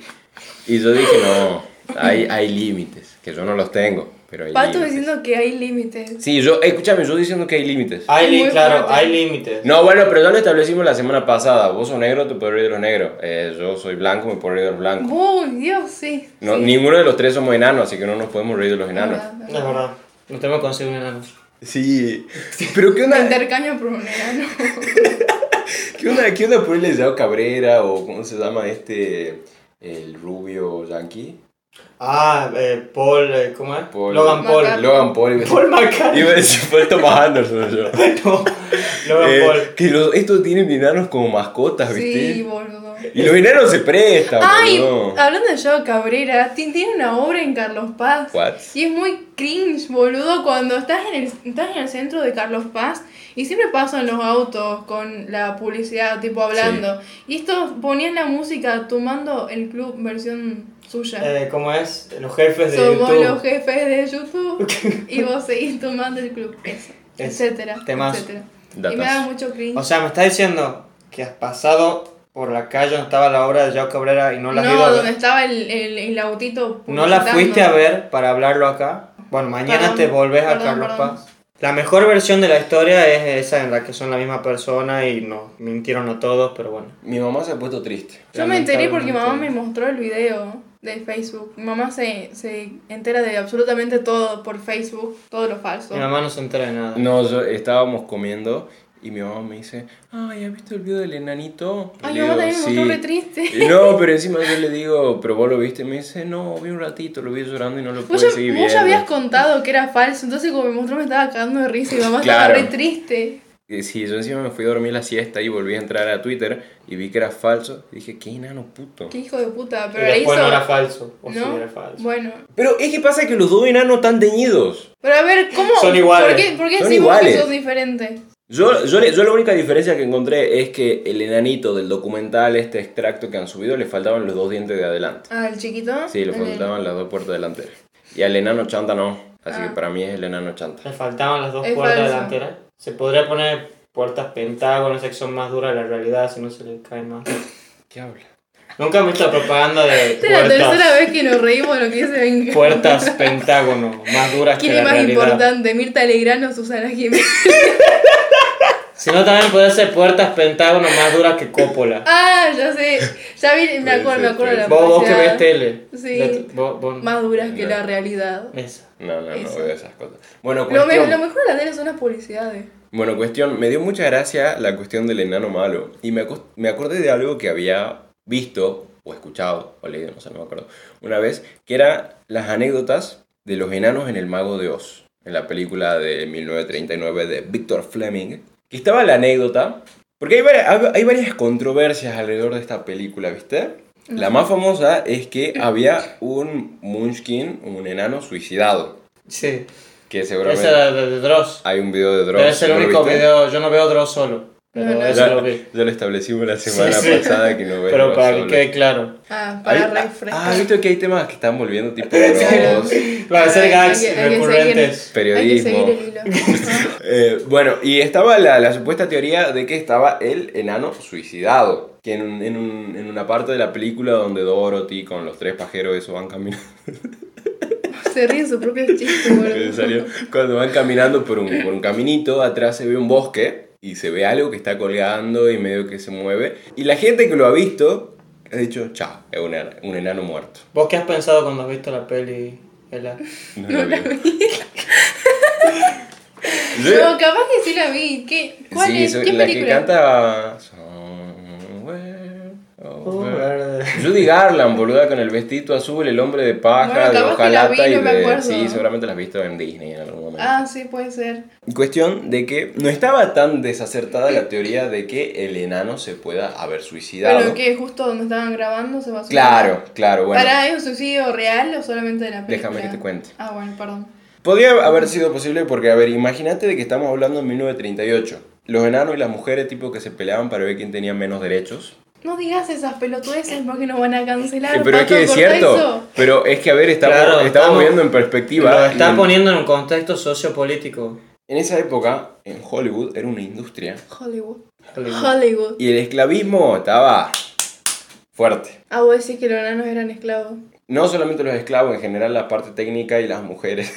[SPEAKER 1] Y yo dije, no, hay, hay límites, que yo no los tengo, pero hay
[SPEAKER 3] Pato
[SPEAKER 1] límites.
[SPEAKER 3] diciendo que hay límites.
[SPEAKER 1] Sí, yo, escúchame, yo diciendo que hay límites.
[SPEAKER 2] Hay,
[SPEAKER 3] Es muy
[SPEAKER 2] li- claro,
[SPEAKER 3] fuerte.
[SPEAKER 2] hay límites.
[SPEAKER 1] No, bueno, pero ya lo establecimos la semana pasada. Vos sos negro, te puedes reír de los negros. Eh, yo soy blanco, me puedo reír de los blancos.
[SPEAKER 3] ¡Oh, Dios, sí!
[SPEAKER 1] No,
[SPEAKER 3] sí.
[SPEAKER 1] Ninguno de los tres somos enanos, así que no nos podemos reír de los
[SPEAKER 3] Es
[SPEAKER 1] enanos.
[SPEAKER 3] verdad, es
[SPEAKER 2] Es
[SPEAKER 3] verdad.
[SPEAKER 2] verdad. No tenemos que conseguir un enano.
[SPEAKER 1] Sí, pero ¿qué onda?
[SPEAKER 3] Intercambio por un enano.
[SPEAKER 1] ¿Qué onda, qué onda ponerle Yao Cabrera o cómo se llama este, el rubio yankee?
[SPEAKER 2] Ah, eh, Paul, eh, ¿cómo es?
[SPEAKER 1] Paul-
[SPEAKER 2] Logan Paul.
[SPEAKER 3] McCartney.
[SPEAKER 1] Logan Paul iba a decir-
[SPEAKER 2] Paul McCartney.
[SPEAKER 1] iba a decir fue Thomas Anderson yo.
[SPEAKER 2] No, Logan
[SPEAKER 1] Eh,
[SPEAKER 2] Paul.
[SPEAKER 1] que los- estos tienen enanos como mascotas, ¿viste?
[SPEAKER 3] Sí, boludo.
[SPEAKER 1] Y los enanos se prestan,
[SPEAKER 3] Ay, ah,
[SPEAKER 1] boludo.
[SPEAKER 3] hablando de Joao Cabrera, ti- tiene una obra en Carlos Paz.
[SPEAKER 1] What?
[SPEAKER 3] Y es muy cringe, boludo, cuando estás en, el, estás en el centro de Carlos Paz y siempre pasan los autos con la publicidad, tipo hablando. Y estos ponían la música tomando el club versión suya.
[SPEAKER 2] Eh, ¿Cómo es? Los jefes de
[SPEAKER 3] Somos
[SPEAKER 2] YouTube.
[SPEAKER 3] los jefes de YouTube y vos seguís tomando el club, eso,
[SPEAKER 2] Es-
[SPEAKER 3] etcétera,
[SPEAKER 2] temazo.
[SPEAKER 3] etcétera. Y me da
[SPEAKER 1] Datas.
[SPEAKER 3] mucho cringe.
[SPEAKER 2] O sea, me estás diciendo que has pasado por la calle donde estaba la obra de Joe Cabrera y no la has ido
[SPEAKER 3] no,
[SPEAKER 2] a ver.
[SPEAKER 3] donde estaba el, el, el autito.
[SPEAKER 2] ¿No la
[SPEAKER 3] publicitando.
[SPEAKER 2] fuiste a ver para hablarlo acá? Bueno, mañana
[SPEAKER 3] Perdón,
[SPEAKER 2] te volvés a
[SPEAKER 3] perdón,
[SPEAKER 2] Carlos
[SPEAKER 3] perdón.
[SPEAKER 2] Paz. La mejor versión de la historia es esa en la que son la misma persona y nos mintieron a todos, pero bueno.
[SPEAKER 1] Mi mamá se ha puesto triste.
[SPEAKER 3] Yo me enteré porque mamá me
[SPEAKER 2] Lamentablemente.
[SPEAKER 3] mostró el video de Facebook. Mi mamá se, se entera de absolutamente todo por Facebook, todo lo falso.
[SPEAKER 2] Mi mamá no se entera de nada.
[SPEAKER 1] No, yo estábamos comiendo y mi mamá me dice, ay, ¿has visto el video del enanito? Y
[SPEAKER 3] Ay, mi
[SPEAKER 1] le
[SPEAKER 3] mamá
[SPEAKER 1] digo,
[SPEAKER 3] también me mostró
[SPEAKER 1] "Sí".
[SPEAKER 3] re triste.
[SPEAKER 1] Y no, pero encima yo le digo, pero vos lo viste, y me dice, no, vi un ratito, lo vi llorando y no lo pude
[SPEAKER 3] Vos ya,
[SPEAKER 1] seguir
[SPEAKER 3] vos ya
[SPEAKER 1] viendo.
[SPEAKER 3] habías contado que era falso, entonces como me mostró me estaba cagando de risa y mamá
[SPEAKER 1] Claro.
[SPEAKER 3] estaba re triste.
[SPEAKER 1] Eh, Sí, yo encima me fui a dormir la siesta y volví a entrar a Twitter y vi que era falso. Y dije, qué enano puto.
[SPEAKER 3] Qué hijo de puta,
[SPEAKER 2] Y
[SPEAKER 3] pero le hizo...
[SPEAKER 2] después no era falso. O sí
[SPEAKER 3] ¿no?
[SPEAKER 2] era falso.
[SPEAKER 3] Bueno,
[SPEAKER 1] Pero es que pasa que los dos enanos están teñidos.
[SPEAKER 3] pero a ver, ¿cómo?
[SPEAKER 2] Son iguales.
[SPEAKER 3] ¿Por qué, por qué
[SPEAKER 1] Son
[SPEAKER 3] decimos
[SPEAKER 1] iguales.
[SPEAKER 3] que sos diferente?
[SPEAKER 1] Yo, yo, le- yo la única diferencia que encontré es que el enanito del documental, este extracto que han subido, le faltaban los dos dientes de adelante.
[SPEAKER 3] Ah, el chiquito.
[SPEAKER 1] Sí, le
[SPEAKER 3] El del-
[SPEAKER 1] faltaban las dos puertas delanteras. Y al enano chanta no. Así que
[SPEAKER 3] Ah.
[SPEAKER 1] para mí es el enano chanta.
[SPEAKER 2] Le faltaban las dos
[SPEAKER 3] Es
[SPEAKER 2] puertas
[SPEAKER 3] falso.
[SPEAKER 2] delanteras. Se podría poner puertas pentágonos, que son más duras de la realidad, si no se le cae más.
[SPEAKER 1] ¿Qué habla?
[SPEAKER 2] Nunca han visto la propaganda de
[SPEAKER 3] Esta es la tercera
[SPEAKER 2] puertas,
[SPEAKER 3] vez que nos reímos de lo que dice Benja.
[SPEAKER 2] puertas pentágono, más duras que
[SPEAKER 3] ¿Quién
[SPEAKER 2] la
[SPEAKER 3] es más
[SPEAKER 2] realidad.
[SPEAKER 3] importante, Mirta Legrano o Susana Jiménez?
[SPEAKER 2] Si no, también puede ser puertas pentágono más duras que Coppola.
[SPEAKER 3] Ah, ya sé. Ya vi, me
[SPEAKER 1] Puede
[SPEAKER 3] acuerdo,
[SPEAKER 1] ser,
[SPEAKER 3] me acuerdo de la
[SPEAKER 2] Vos, vos que
[SPEAKER 3] publicidad.
[SPEAKER 2] ves tele.
[SPEAKER 3] Sí.
[SPEAKER 2] La- vos- vos-
[SPEAKER 3] Más duras que
[SPEAKER 1] No.
[SPEAKER 3] la realidad.
[SPEAKER 2] Esa.
[SPEAKER 1] No, no, no
[SPEAKER 3] Eso.
[SPEAKER 1] veo esas cosas. Bueno,
[SPEAKER 3] Lo, me-
[SPEAKER 1] cuestión.
[SPEAKER 3] lo mejor de la tele son las publicidades.
[SPEAKER 1] Bueno, cuestión, me dio mucha gracia la cuestión del enano malo. Y me, acos- me acordé de algo que había visto, o escuchado, o leído, no sé, no me acuerdo, una vez, que eran las anécdotas de los enanos en El Mago de Oz, en la película de 1939 de Victor Fleming. Que estaba la anécdota, porque hay varias, hay- hay varias controversias alrededor de esta película, ¿viste? La más famosa es que había un Munchkin, un enano suicidado,
[SPEAKER 2] Sí.
[SPEAKER 1] que seguramente
[SPEAKER 2] Esa era de, de Dross.
[SPEAKER 1] hay un video de Ah, Dross.
[SPEAKER 2] Pero es el
[SPEAKER 1] ¿lo
[SPEAKER 2] único
[SPEAKER 1] viste?
[SPEAKER 2] video. Yo no veo Dross solo. Pero
[SPEAKER 3] No, no.
[SPEAKER 2] eso
[SPEAKER 1] Ya,
[SPEAKER 2] lo vi.
[SPEAKER 1] ya lo establecimos la semana
[SPEAKER 2] Sí, sí.
[SPEAKER 1] pasada que no ves
[SPEAKER 2] Pero
[SPEAKER 1] los
[SPEAKER 2] para que
[SPEAKER 1] soles.
[SPEAKER 2] quede claro.
[SPEAKER 3] Ah,
[SPEAKER 1] Hay-
[SPEAKER 3] para
[SPEAKER 1] Ah,
[SPEAKER 3] refrescar.
[SPEAKER 1] visto que hay temas que están volviendo tipo drogados,
[SPEAKER 2] Va a ser
[SPEAKER 3] Hay-
[SPEAKER 2] gags
[SPEAKER 3] hay que- hay que
[SPEAKER 2] recurrentes.
[SPEAKER 3] Hay que
[SPEAKER 1] periodismo.
[SPEAKER 3] seguir el hilo.
[SPEAKER 1] Eh, bueno, y estaba la, la supuesta teoría de que estaba el enano suicidado. Que en, un- en un- en una parte de la película donde Dorothy con los tres pajeros eso van caminando.
[SPEAKER 3] Se ríe su propio chiste,
[SPEAKER 1] que salió,
[SPEAKER 3] boludo.
[SPEAKER 1] cuando van caminando por un, por un caminito, atrás se ve un bosque y se ve algo que está colgando y medio que se mueve. Y la gente que lo ha visto ha dicho, chao, es un, ena- un enano muerto.
[SPEAKER 2] ¿Vos qué has pensado cuando has visto la peli? Ela?
[SPEAKER 1] No, lo vi. Sí,
[SPEAKER 3] No, capaz que sí la vi. ¿Qué, ¿Cuál
[SPEAKER 1] sí,
[SPEAKER 3] es?
[SPEAKER 1] soy-
[SPEAKER 3] ¿Qué
[SPEAKER 1] la que
[SPEAKER 3] película?
[SPEAKER 1] canta... Somewhere over-
[SPEAKER 2] Verde.
[SPEAKER 1] Judy Garland, boluda, con el vestido azul, el hombre de paja,
[SPEAKER 3] Bueno,
[SPEAKER 1] de
[SPEAKER 3] capaz que la vi,
[SPEAKER 1] hojalata y
[SPEAKER 3] no me
[SPEAKER 1] de...
[SPEAKER 3] acuerdo.
[SPEAKER 1] Sí, seguramente la has visto en Disney en algún momento.
[SPEAKER 3] Ah, sí, puede ser.
[SPEAKER 1] Cuestión de que no estaba tan desacertada la teoría de que el enano se pueda haber suicidado.
[SPEAKER 3] Pero que justo donde estaban grabando se va a subir.
[SPEAKER 1] Claro, claro, bueno.
[SPEAKER 3] ¿Para es un suicidio real o solamente de la película?
[SPEAKER 1] Déjame que te cuente.
[SPEAKER 3] Ah, bueno, perdón.
[SPEAKER 1] Podría haber sido posible porque, a ver, imagínate de que estamos hablando en 1938. Los enanos y las mujeres tipo que se peleaban para ver quién tenía menos derechos.
[SPEAKER 3] No digas esas pelotudeces porque nos van a cancelar.
[SPEAKER 1] Eh, pero es
[SPEAKER 3] Pato,
[SPEAKER 1] que es
[SPEAKER 3] cortá
[SPEAKER 1] cierto.
[SPEAKER 3] eso.
[SPEAKER 1] Pero es que, a ver, estamos,
[SPEAKER 2] Claro,
[SPEAKER 1] estamos,
[SPEAKER 2] estamos-
[SPEAKER 1] viendo en perspectiva.
[SPEAKER 2] Lo
[SPEAKER 1] y
[SPEAKER 2] estás
[SPEAKER 1] en-
[SPEAKER 2] poniendo en un contexto sociopolítico.
[SPEAKER 1] En esa época, en Hollywood, era una industria.
[SPEAKER 3] Hollywood.
[SPEAKER 2] Hollywood.
[SPEAKER 3] Hollywood.
[SPEAKER 1] Y el esclavismo estaba fuerte.
[SPEAKER 3] Ah, vos decís que los enanos eran esclavos.
[SPEAKER 1] No solamente los esclavos, en general la parte técnica y las mujeres.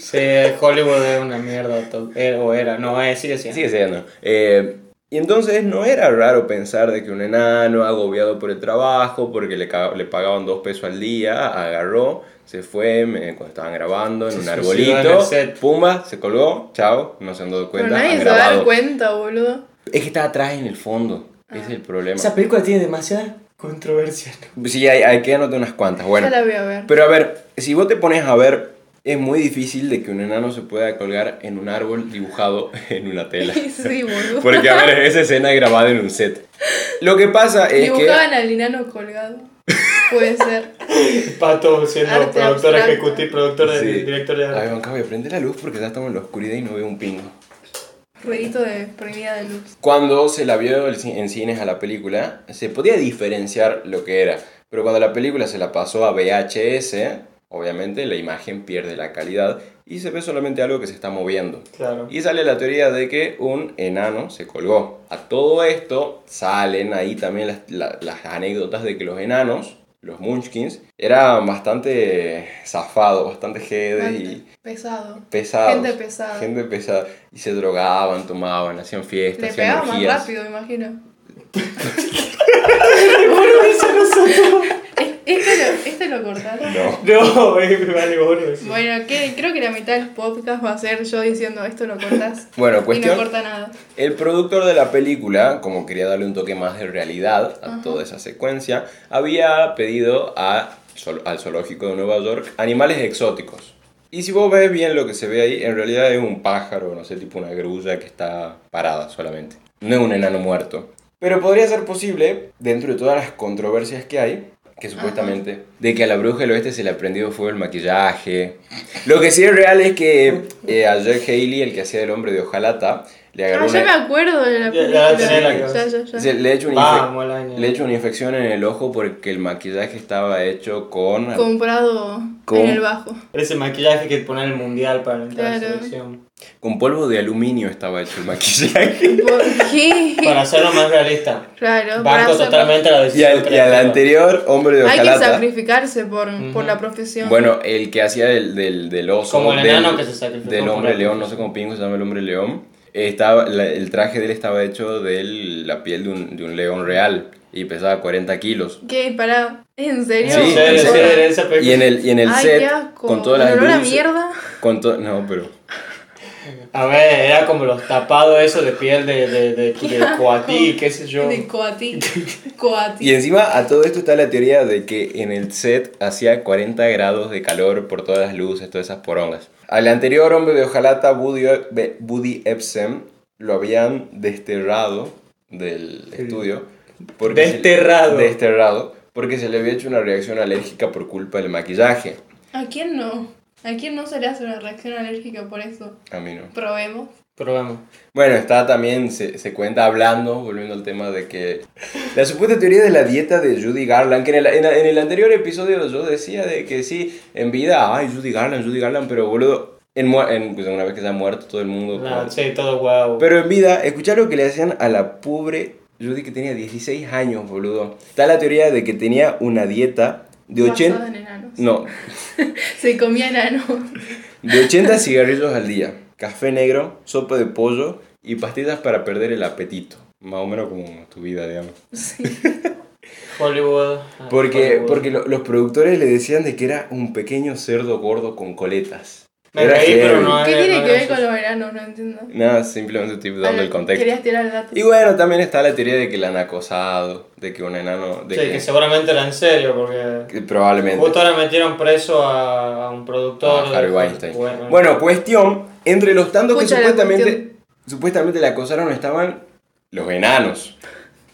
[SPEAKER 2] Sí, Hollywood es una mierda. to- eh, O era, no, es, sigue siendo.
[SPEAKER 1] Sigue siendo. Eh, y entonces no era raro pensar de que un enano agobiado por el trabajo, porque le, ca- le pagaban dos pesos al día, agarró, se fue me- cuando estaban grabando en
[SPEAKER 2] Se
[SPEAKER 1] un
[SPEAKER 2] suicidó en
[SPEAKER 1] arbolito,
[SPEAKER 2] el set.
[SPEAKER 1] pumba, se colgó, chao, no se han dado
[SPEAKER 3] Pero
[SPEAKER 1] cuenta,
[SPEAKER 3] nadie
[SPEAKER 1] han
[SPEAKER 3] se va a dar
[SPEAKER 1] grabado.
[SPEAKER 3] cuenta, boludo. Ah.
[SPEAKER 1] Es que está atrás en el fondo, ese es el problema.
[SPEAKER 2] Esa película tiene demasiadas Controversia. ¿no?
[SPEAKER 1] Sí, hay, hay que anotar unas cuantas. Bueno,
[SPEAKER 3] Ya la voy a ver.
[SPEAKER 1] Pero a ver, si vos te pones a ver, es muy difícil de que un enano se pueda colgar en un árbol dibujado en una tela.
[SPEAKER 3] sí, boludo.
[SPEAKER 1] Porque, a ver, esa escena es grabada en un set. Lo que pasa es que...
[SPEAKER 3] Dibujaban al enano colgado. Puede ser.
[SPEAKER 2] Pato siendo
[SPEAKER 3] Arte
[SPEAKER 2] productor
[SPEAKER 3] abstracto.
[SPEAKER 2] ejecutivo, productor, de-
[SPEAKER 1] Sí.
[SPEAKER 2] director de
[SPEAKER 1] Ay,
[SPEAKER 2] arte.
[SPEAKER 1] Juan Cabe, prende la luz porque ya estamos en la oscuridad y no veo un pingo.
[SPEAKER 3] Ruidito de prendida de luz.
[SPEAKER 1] Cuando se la vio el ci- en cines a la película, se podía diferenciar lo que era. Pero cuando la película se la pasó a VHS, obviamente la imagen pierde la calidad y se ve solamente algo que se está moviendo.
[SPEAKER 2] Claro.
[SPEAKER 1] Y sale la teoría de que un enano se colgó. A todo esto salen ahí también las, la- las anécdotas de que los enanos, los munchkins, eran bastante zafados, bastante jedes y
[SPEAKER 3] Pesado.
[SPEAKER 1] pesados.
[SPEAKER 3] Gente pesada.
[SPEAKER 1] Gente pesada. Y se drogaban, tomaban, hacían fiestas,
[SPEAKER 3] Le
[SPEAKER 1] hacían
[SPEAKER 3] pegaba más
[SPEAKER 1] orgías.
[SPEAKER 3] rápido, me imagino.
[SPEAKER 2] nosotros.
[SPEAKER 3] Es- Este lo, este lo cortaron.
[SPEAKER 1] No.
[SPEAKER 2] No, eh, me vale gorro. decir.
[SPEAKER 3] Bueno, que, creo que la mitad del podcast va a ser yo diciendo esto lo cortas.
[SPEAKER 1] Bueno,
[SPEAKER 3] Y no
[SPEAKER 1] cuestión.
[SPEAKER 3] corta nada.
[SPEAKER 1] El productor de la película, como quería darle un toque más de realidad a toda esa secuencia, había pedido a, zool- al zoológico de Nueva York animales exóticos. Y si vos ves bien lo que se ve ahí, en realidad es un pájaro, no sé, tipo una grulla que está parada solamente. No es un enano muerto. Pero podría ser posible, dentro de todas las controversias que hay, que supuestamente, de que a la bruja del oeste se le ha prendido fuego el maquillaje. Lo que sí es real es que eh, a Jack Haley, el que hacía el hombre de Ojalata, le agarró
[SPEAKER 3] Ah, ya
[SPEAKER 1] una-
[SPEAKER 3] me acuerdo de la
[SPEAKER 2] Ya- ya
[SPEAKER 3] película.
[SPEAKER 2] la tenía en la
[SPEAKER 3] ya,
[SPEAKER 2] cabeza.
[SPEAKER 3] ya, ya.
[SPEAKER 1] se- le he hecho una infe-
[SPEAKER 2] Vamos, Laña.
[SPEAKER 1] le he hecho una infección en el ojo porque el maquillaje estaba hecho con...
[SPEAKER 3] Comprado
[SPEAKER 1] Con-
[SPEAKER 3] en el bajo.
[SPEAKER 2] Ese maquillaje que pone en el mundial para entrar a la
[SPEAKER 3] Claro.
[SPEAKER 2] selección.
[SPEAKER 1] Con polvo de aluminio estaba hecho el maquillaje.
[SPEAKER 3] ¿Por qué?
[SPEAKER 2] Para hacerlo más realista.
[SPEAKER 3] Claro, para
[SPEAKER 2] Banco
[SPEAKER 3] hacer-
[SPEAKER 2] totalmente la
[SPEAKER 1] Y
[SPEAKER 2] decisión.
[SPEAKER 1] al, y al
[SPEAKER 2] creativa.
[SPEAKER 1] anterior, hombre de
[SPEAKER 3] Hay que
[SPEAKER 1] Ojalata...
[SPEAKER 3] sacrificarse por, por la profesión.
[SPEAKER 1] Bueno, el que hacía del, del, del oso.
[SPEAKER 2] Como el
[SPEAKER 1] del-
[SPEAKER 2] enano que se sacrificó
[SPEAKER 1] Del
[SPEAKER 2] por
[SPEAKER 1] hombre
[SPEAKER 2] la
[SPEAKER 1] león, no sé cómo pingo se llama el hombre león. Estaba, la- el traje de él estaba hecho de la piel de un, de un león real y pesaba 40 kilos.
[SPEAKER 3] ¿Qué? Pará. ¿En serio?
[SPEAKER 2] Sí,
[SPEAKER 1] en
[SPEAKER 2] serio,
[SPEAKER 1] el
[SPEAKER 2] sí,
[SPEAKER 1] set.
[SPEAKER 2] en esa película.
[SPEAKER 1] y en el, y en el
[SPEAKER 3] Ay,
[SPEAKER 1] set,
[SPEAKER 3] qué asco.
[SPEAKER 1] con todas las
[SPEAKER 3] Con olor a
[SPEAKER 1] luces-
[SPEAKER 3] mierda.
[SPEAKER 1] Con to- no, pero.
[SPEAKER 2] A ver, era como los tapados esos de piel de, de, de, de coatí, qué sé yo.
[SPEAKER 3] De Coati. Coati.
[SPEAKER 1] Y encima a todo esto está la teoría de que en el set hacía 40 grados de calor por todas las luces, todas esas porongas. Al anterior hombre de Ojalata, Woody, E-, Be- Woody Epsom, lo habían desterrado del estudio. porque se-
[SPEAKER 2] Desterrado.
[SPEAKER 1] desterrado. Porque se le había hecho una reacción alérgica por culpa del maquillaje.
[SPEAKER 3] ¿A quién no? ¿A quién no se le hace una reacción alérgica por eso?
[SPEAKER 1] A mí no.
[SPEAKER 3] Probemos.
[SPEAKER 2] Probamos.
[SPEAKER 1] Bueno, está también, se, se cuenta hablando, volviendo al tema de que la supuesta teoría de la dieta de Judy Garland, que en el, en- en el anterior episodio yo decía de que sí, en vida, ay, Judy Garland, Judy Garland, pero boludo, en, mu- en- pues, una vez que se ha muerto todo el mundo.
[SPEAKER 2] No,
[SPEAKER 1] con-
[SPEAKER 2] sí, todo guau.
[SPEAKER 1] Pero en vida, escuchá lo que le hacían a la pobre Judy que tenía 16 años, boludo. Está la teoría de que tenía una dieta de
[SPEAKER 3] Basada
[SPEAKER 1] 80...
[SPEAKER 3] en enanos.
[SPEAKER 1] No,
[SPEAKER 3] Se comía enanos.
[SPEAKER 1] de 80 cigarrillos al día, café negro, sopa de pollo y pastillas para perder el apetito. Más o menos como tu vida, digamos.
[SPEAKER 2] Ah,
[SPEAKER 3] Sí.
[SPEAKER 2] Hollywood. ah,
[SPEAKER 1] Porque,
[SPEAKER 2] Hollywood.
[SPEAKER 1] porque lo- los productores le decían de que era un pequeño cerdo gordo con coletas.
[SPEAKER 2] Me
[SPEAKER 1] era
[SPEAKER 2] reí,
[SPEAKER 1] heavy.
[SPEAKER 2] pero no.
[SPEAKER 3] ¿Qué
[SPEAKER 2] eh,
[SPEAKER 3] tiene
[SPEAKER 2] no
[SPEAKER 3] que ver
[SPEAKER 2] gracioso.
[SPEAKER 3] con los enanos? No entiendo.
[SPEAKER 1] Nada, simplemente estoy
[SPEAKER 3] Ah,
[SPEAKER 1] dando el contexto.
[SPEAKER 3] Querías tirar el dato.
[SPEAKER 1] Y bueno, también está la teoría de que la han acosado, de que un enano... De
[SPEAKER 2] Sí, que seguramente era en serio, porque.
[SPEAKER 1] que probablemente.
[SPEAKER 2] Justo ahora metieron preso a, a un productor.
[SPEAKER 1] Ah, Harvey
[SPEAKER 2] de-
[SPEAKER 1] Weinstein.
[SPEAKER 2] Bueno,
[SPEAKER 1] Bueno, cuestión, entre los tantos que
[SPEAKER 3] Escucha la
[SPEAKER 1] supuestamente,
[SPEAKER 3] cuestión.
[SPEAKER 1] supuestamente la acosaron estaban los enanos.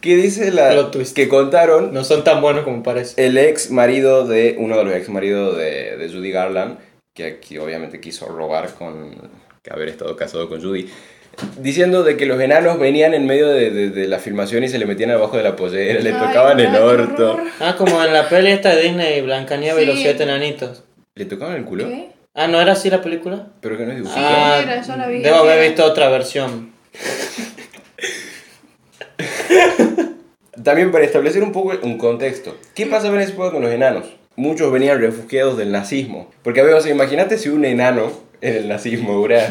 [SPEAKER 1] ¿Qué dice la
[SPEAKER 2] Plot twist.
[SPEAKER 1] que contaron
[SPEAKER 2] no son tan buenos como parece.
[SPEAKER 1] el ex marido de uno de los ex maridos de, de Judy Garland, que aquí obviamente quiso robar con que haber estado casado con Judy, diciendo de que los enanos venían en medio de, de- de la filmación y se le metían abajo de la pollera, le
[SPEAKER 3] Ay,
[SPEAKER 1] tocaban el
[SPEAKER 3] qué
[SPEAKER 1] orto.
[SPEAKER 3] horror.
[SPEAKER 2] Ah, como en la peli esta de Disney, Blancanieves y los
[SPEAKER 3] Sí.
[SPEAKER 2] siete enanitos.
[SPEAKER 1] ¿Le tocaban el culo?
[SPEAKER 3] ¿Qué?
[SPEAKER 2] Ah, ¿no era así la película?
[SPEAKER 1] Pero que no es dibujito.
[SPEAKER 2] ah,
[SPEAKER 3] era, yo la vi,
[SPEAKER 2] Debo
[SPEAKER 3] era.
[SPEAKER 2] haber visto otra versión.
[SPEAKER 1] También para establecer un poco un contexto, ¿qué pasaba en ese pueblo con los enanos? Muchos venían refugiados del nazismo. Porque, a ver, o sea, imagínate si un enano en el nazismo hubiera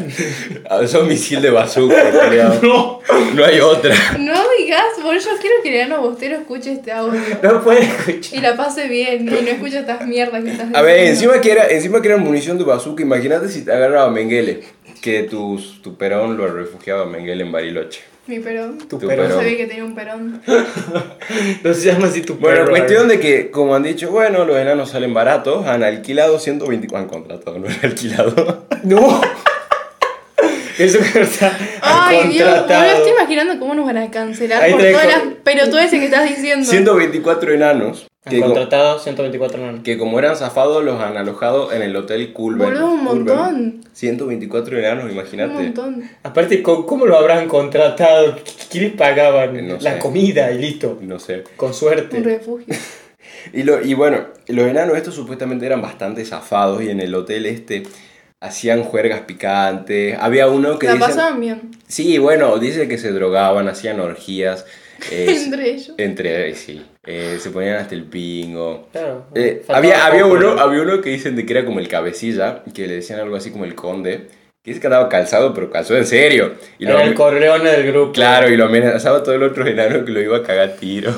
[SPEAKER 1] usado un misil de bazooka. creo.
[SPEAKER 2] No,
[SPEAKER 1] No hay otra.
[SPEAKER 3] No digas, boludo, yo quiero que Leano Bostero escuche este audio.
[SPEAKER 2] no puede escuchar.
[SPEAKER 3] Y la pase bien, y no escuche estas mierdas que estás diciendo.
[SPEAKER 1] A ver, encima que era, encima que era munición de bazooka, imagínate si te agarraba Mengele. Que tus- tu, perón lo refugiaba a Mengele en Bariloche.
[SPEAKER 3] Mi perón.
[SPEAKER 2] Tu
[SPEAKER 1] Tu
[SPEAKER 2] perón.
[SPEAKER 3] No
[SPEAKER 1] perón.
[SPEAKER 3] sabía que tenía un perón.
[SPEAKER 2] No se llama así tu
[SPEAKER 1] Bueno,
[SPEAKER 2] perro.
[SPEAKER 1] cuestión de que, como han dicho, bueno, los enanos salen baratos, han alquilado 120... Han contratado, no han alquilado.
[SPEAKER 2] ¡No! Eso que está
[SPEAKER 3] Ay, Dios, me
[SPEAKER 2] contratado.
[SPEAKER 3] estoy imaginando cómo nos van a cancelar
[SPEAKER 2] Ahí
[SPEAKER 3] por
[SPEAKER 2] trae
[SPEAKER 3] todas las
[SPEAKER 2] con-
[SPEAKER 3] pelotudeces que estás diciendo.
[SPEAKER 1] 124 enanos.
[SPEAKER 2] Han
[SPEAKER 1] Que, co-
[SPEAKER 2] contratado 124 nanos.
[SPEAKER 1] que como eran zafados, los han alojado en el hotel Culver.
[SPEAKER 3] Boludo, un
[SPEAKER 1] Culver.
[SPEAKER 3] montón.
[SPEAKER 1] 124 enanos,
[SPEAKER 3] Un
[SPEAKER 1] imagínate.
[SPEAKER 3] montón.
[SPEAKER 2] Aparte, ¿cómo, cómo lo habrán contratado? ¿Qué les pagaban?
[SPEAKER 1] No
[SPEAKER 2] la
[SPEAKER 1] sé.
[SPEAKER 2] comida y listo.
[SPEAKER 1] No sé.
[SPEAKER 2] Con suerte.
[SPEAKER 3] Un refugio.
[SPEAKER 1] Y, lo, y bueno, los enanos estos supuestamente eran bastante zafados y en el hotel este hacían juergas picantes. Había uno que
[SPEAKER 3] La
[SPEAKER 1] dicen-
[SPEAKER 3] pasaban bien.
[SPEAKER 1] Sí, bueno, dice que se drogaban, hacían orgías. eh,
[SPEAKER 3] Entre ellos.
[SPEAKER 1] entre, sí. eh, se ponían hasta el pingo.
[SPEAKER 2] Claro.
[SPEAKER 1] Eh,
[SPEAKER 2] Faltaba
[SPEAKER 1] había, había,
[SPEAKER 2] poco,
[SPEAKER 1] uno,
[SPEAKER 2] ¿no?
[SPEAKER 1] había uno que dicen de que era como el cabecilla, que le decían algo así como el conde, que dice que andaba calzado, pero calzado en serio. Y lo
[SPEAKER 2] Era el Corleone del grupo.
[SPEAKER 1] Claro, y lo amenazaba a todo el otro enano que lo iba a cagar a tiro.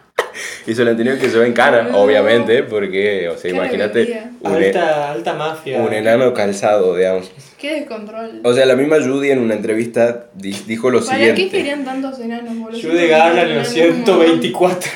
[SPEAKER 1] y se lo han tenido que llevar en cana,
[SPEAKER 3] No.
[SPEAKER 1] obviamente, porque, o sea,
[SPEAKER 3] Qué
[SPEAKER 1] imagínate
[SPEAKER 3] rebeldía.
[SPEAKER 1] un, e-
[SPEAKER 2] Alta, alta mafia.
[SPEAKER 1] un enano calzado, digamos.
[SPEAKER 3] Qué descontrol.
[SPEAKER 1] O sea, la misma Judy en una entrevista di- dijo lo
[SPEAKER 3] ¿Para
[SPEAKER 1] siguiente.
[SPEAKER 3] qué querían tantos enanos, boludo?
[SPEAKER 2] Jude Garland en los 124.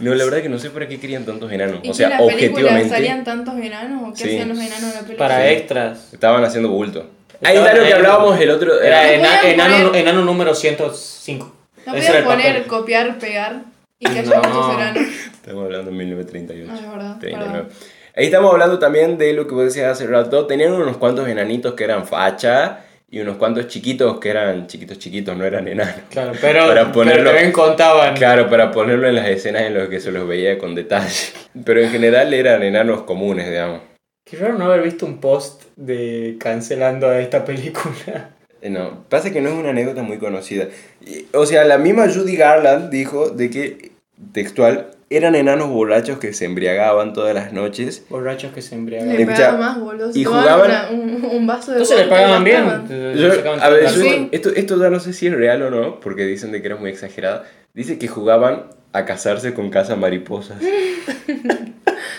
[SPEAKER 1] No, la verdad que no sé para qué querían tantos enanos.
[SPEAKER 3] ¿Y
[SPEAKER 1] O
[SPEAKER 3] que en
[SPEAKER 1] sea,
[SPEAKER 3] las películas
[SPEAKER 1] objetivamente
[SPEAKER 3] salían tantos enanos o qué
[SPEAKER 1] Sí.
[SPEAKER 3] hacían los enanos en la película?
[SPEAKER 2] Para
[SPEAKER 1] Sí.
[SPEAKER 2] extras.
[SPEAKER 1] estaban haciendo bulto. Hay un
[SPEAKER 2] Estaban
[SPEAKER 1] enano que
[SPEAKER 2] ahí.
[SPEAKER 1] hablábamos el otro.
[SPEAKER 2] Era
[SPEAKER 1] Era,
[SPEAKER 3] No
[SPEAKER 2] ena-
[SPEAKER 3] podían
[SPEAKER 2] enano,
[SPEAKER 3] poner-
[SPEAKER 2] enano número 105.
[SPEAKER 3] No
[SPEAKER 2] Ese era el
[SPEAKER 3] podían poner
[SPEAKER 2] papel.
[SPEAKER 3] copiar, pegar y que haya
[SPEAKER 2] No.
[SPEAKER 3] muchos enanos.
[SPEAKER 1] Estamos hablando de 1938.
[SPEAKER 3] Ah, es verdad,
[SPEAKER 1] 39.
[SPEAKER 3] perdón.
[SPEAKER 1] Ahí estamos hablando también de lo que vos decías hace rato. Tenían unos cuantos enanitos que eran facha y unos cuantos chiquitos que eran chiquitos, chiquitos, no eran enanos.
[SPEAKER 2] Claro, pero,
[SPEAKER 1] Para
[SPEAKER 2] pero
[SPEAKER 1] ponerlo-
[SPEAKER 2] también contaban.
[SPEAKER 1] Claro, para ponerlo en las escenas en las que se los veía con detalle. Pero en general eran enanos comunes, digamos.
[SPEAKER 2] Qué raro no haber visto un post de cancelando a esta película.
[SPEAKER 1] Eh, No, pasa que no es una anécdota muy conocida. Y, O sea, la misma Judy Garland dijo de que, textual, eran enanos borrachos que se embriagaban todas las noches.
[SPEAKER 2] Borrachos que se embriagan.
[SPEAKER 3] Le
[SPEAKER 1] Escucha,
[SPEAKER 3] pagaban más, boludo.
[SPEAKER 1] y
[SPEAKER 3] Se tomaban
[SPEAKER 1] jugaban-
[SPEAKER 3] una- un, un vaso de
[SPEAKER 2] Entonces le
[SPEAKER 3] vodka y
[SPEAKER 2] pagaban
[SPEAKER 3] ya
[SPEAKER 2] bien.
[SPEAKER 3] estaban.
[SPEAKER 1] Yo-
[SPEAKER 2] Le sacaban
[SPEAKER 1] a ver,
[SPEAKER 2] plata.
[SPEAKER 1] yo-
[SPEAKER 3] Sí.
[SPEAKER 1] esto, esto ya no sé si es real o no, porque dicen de que era muy exagerada. Dice que jugaban a casarse con casa mariposas.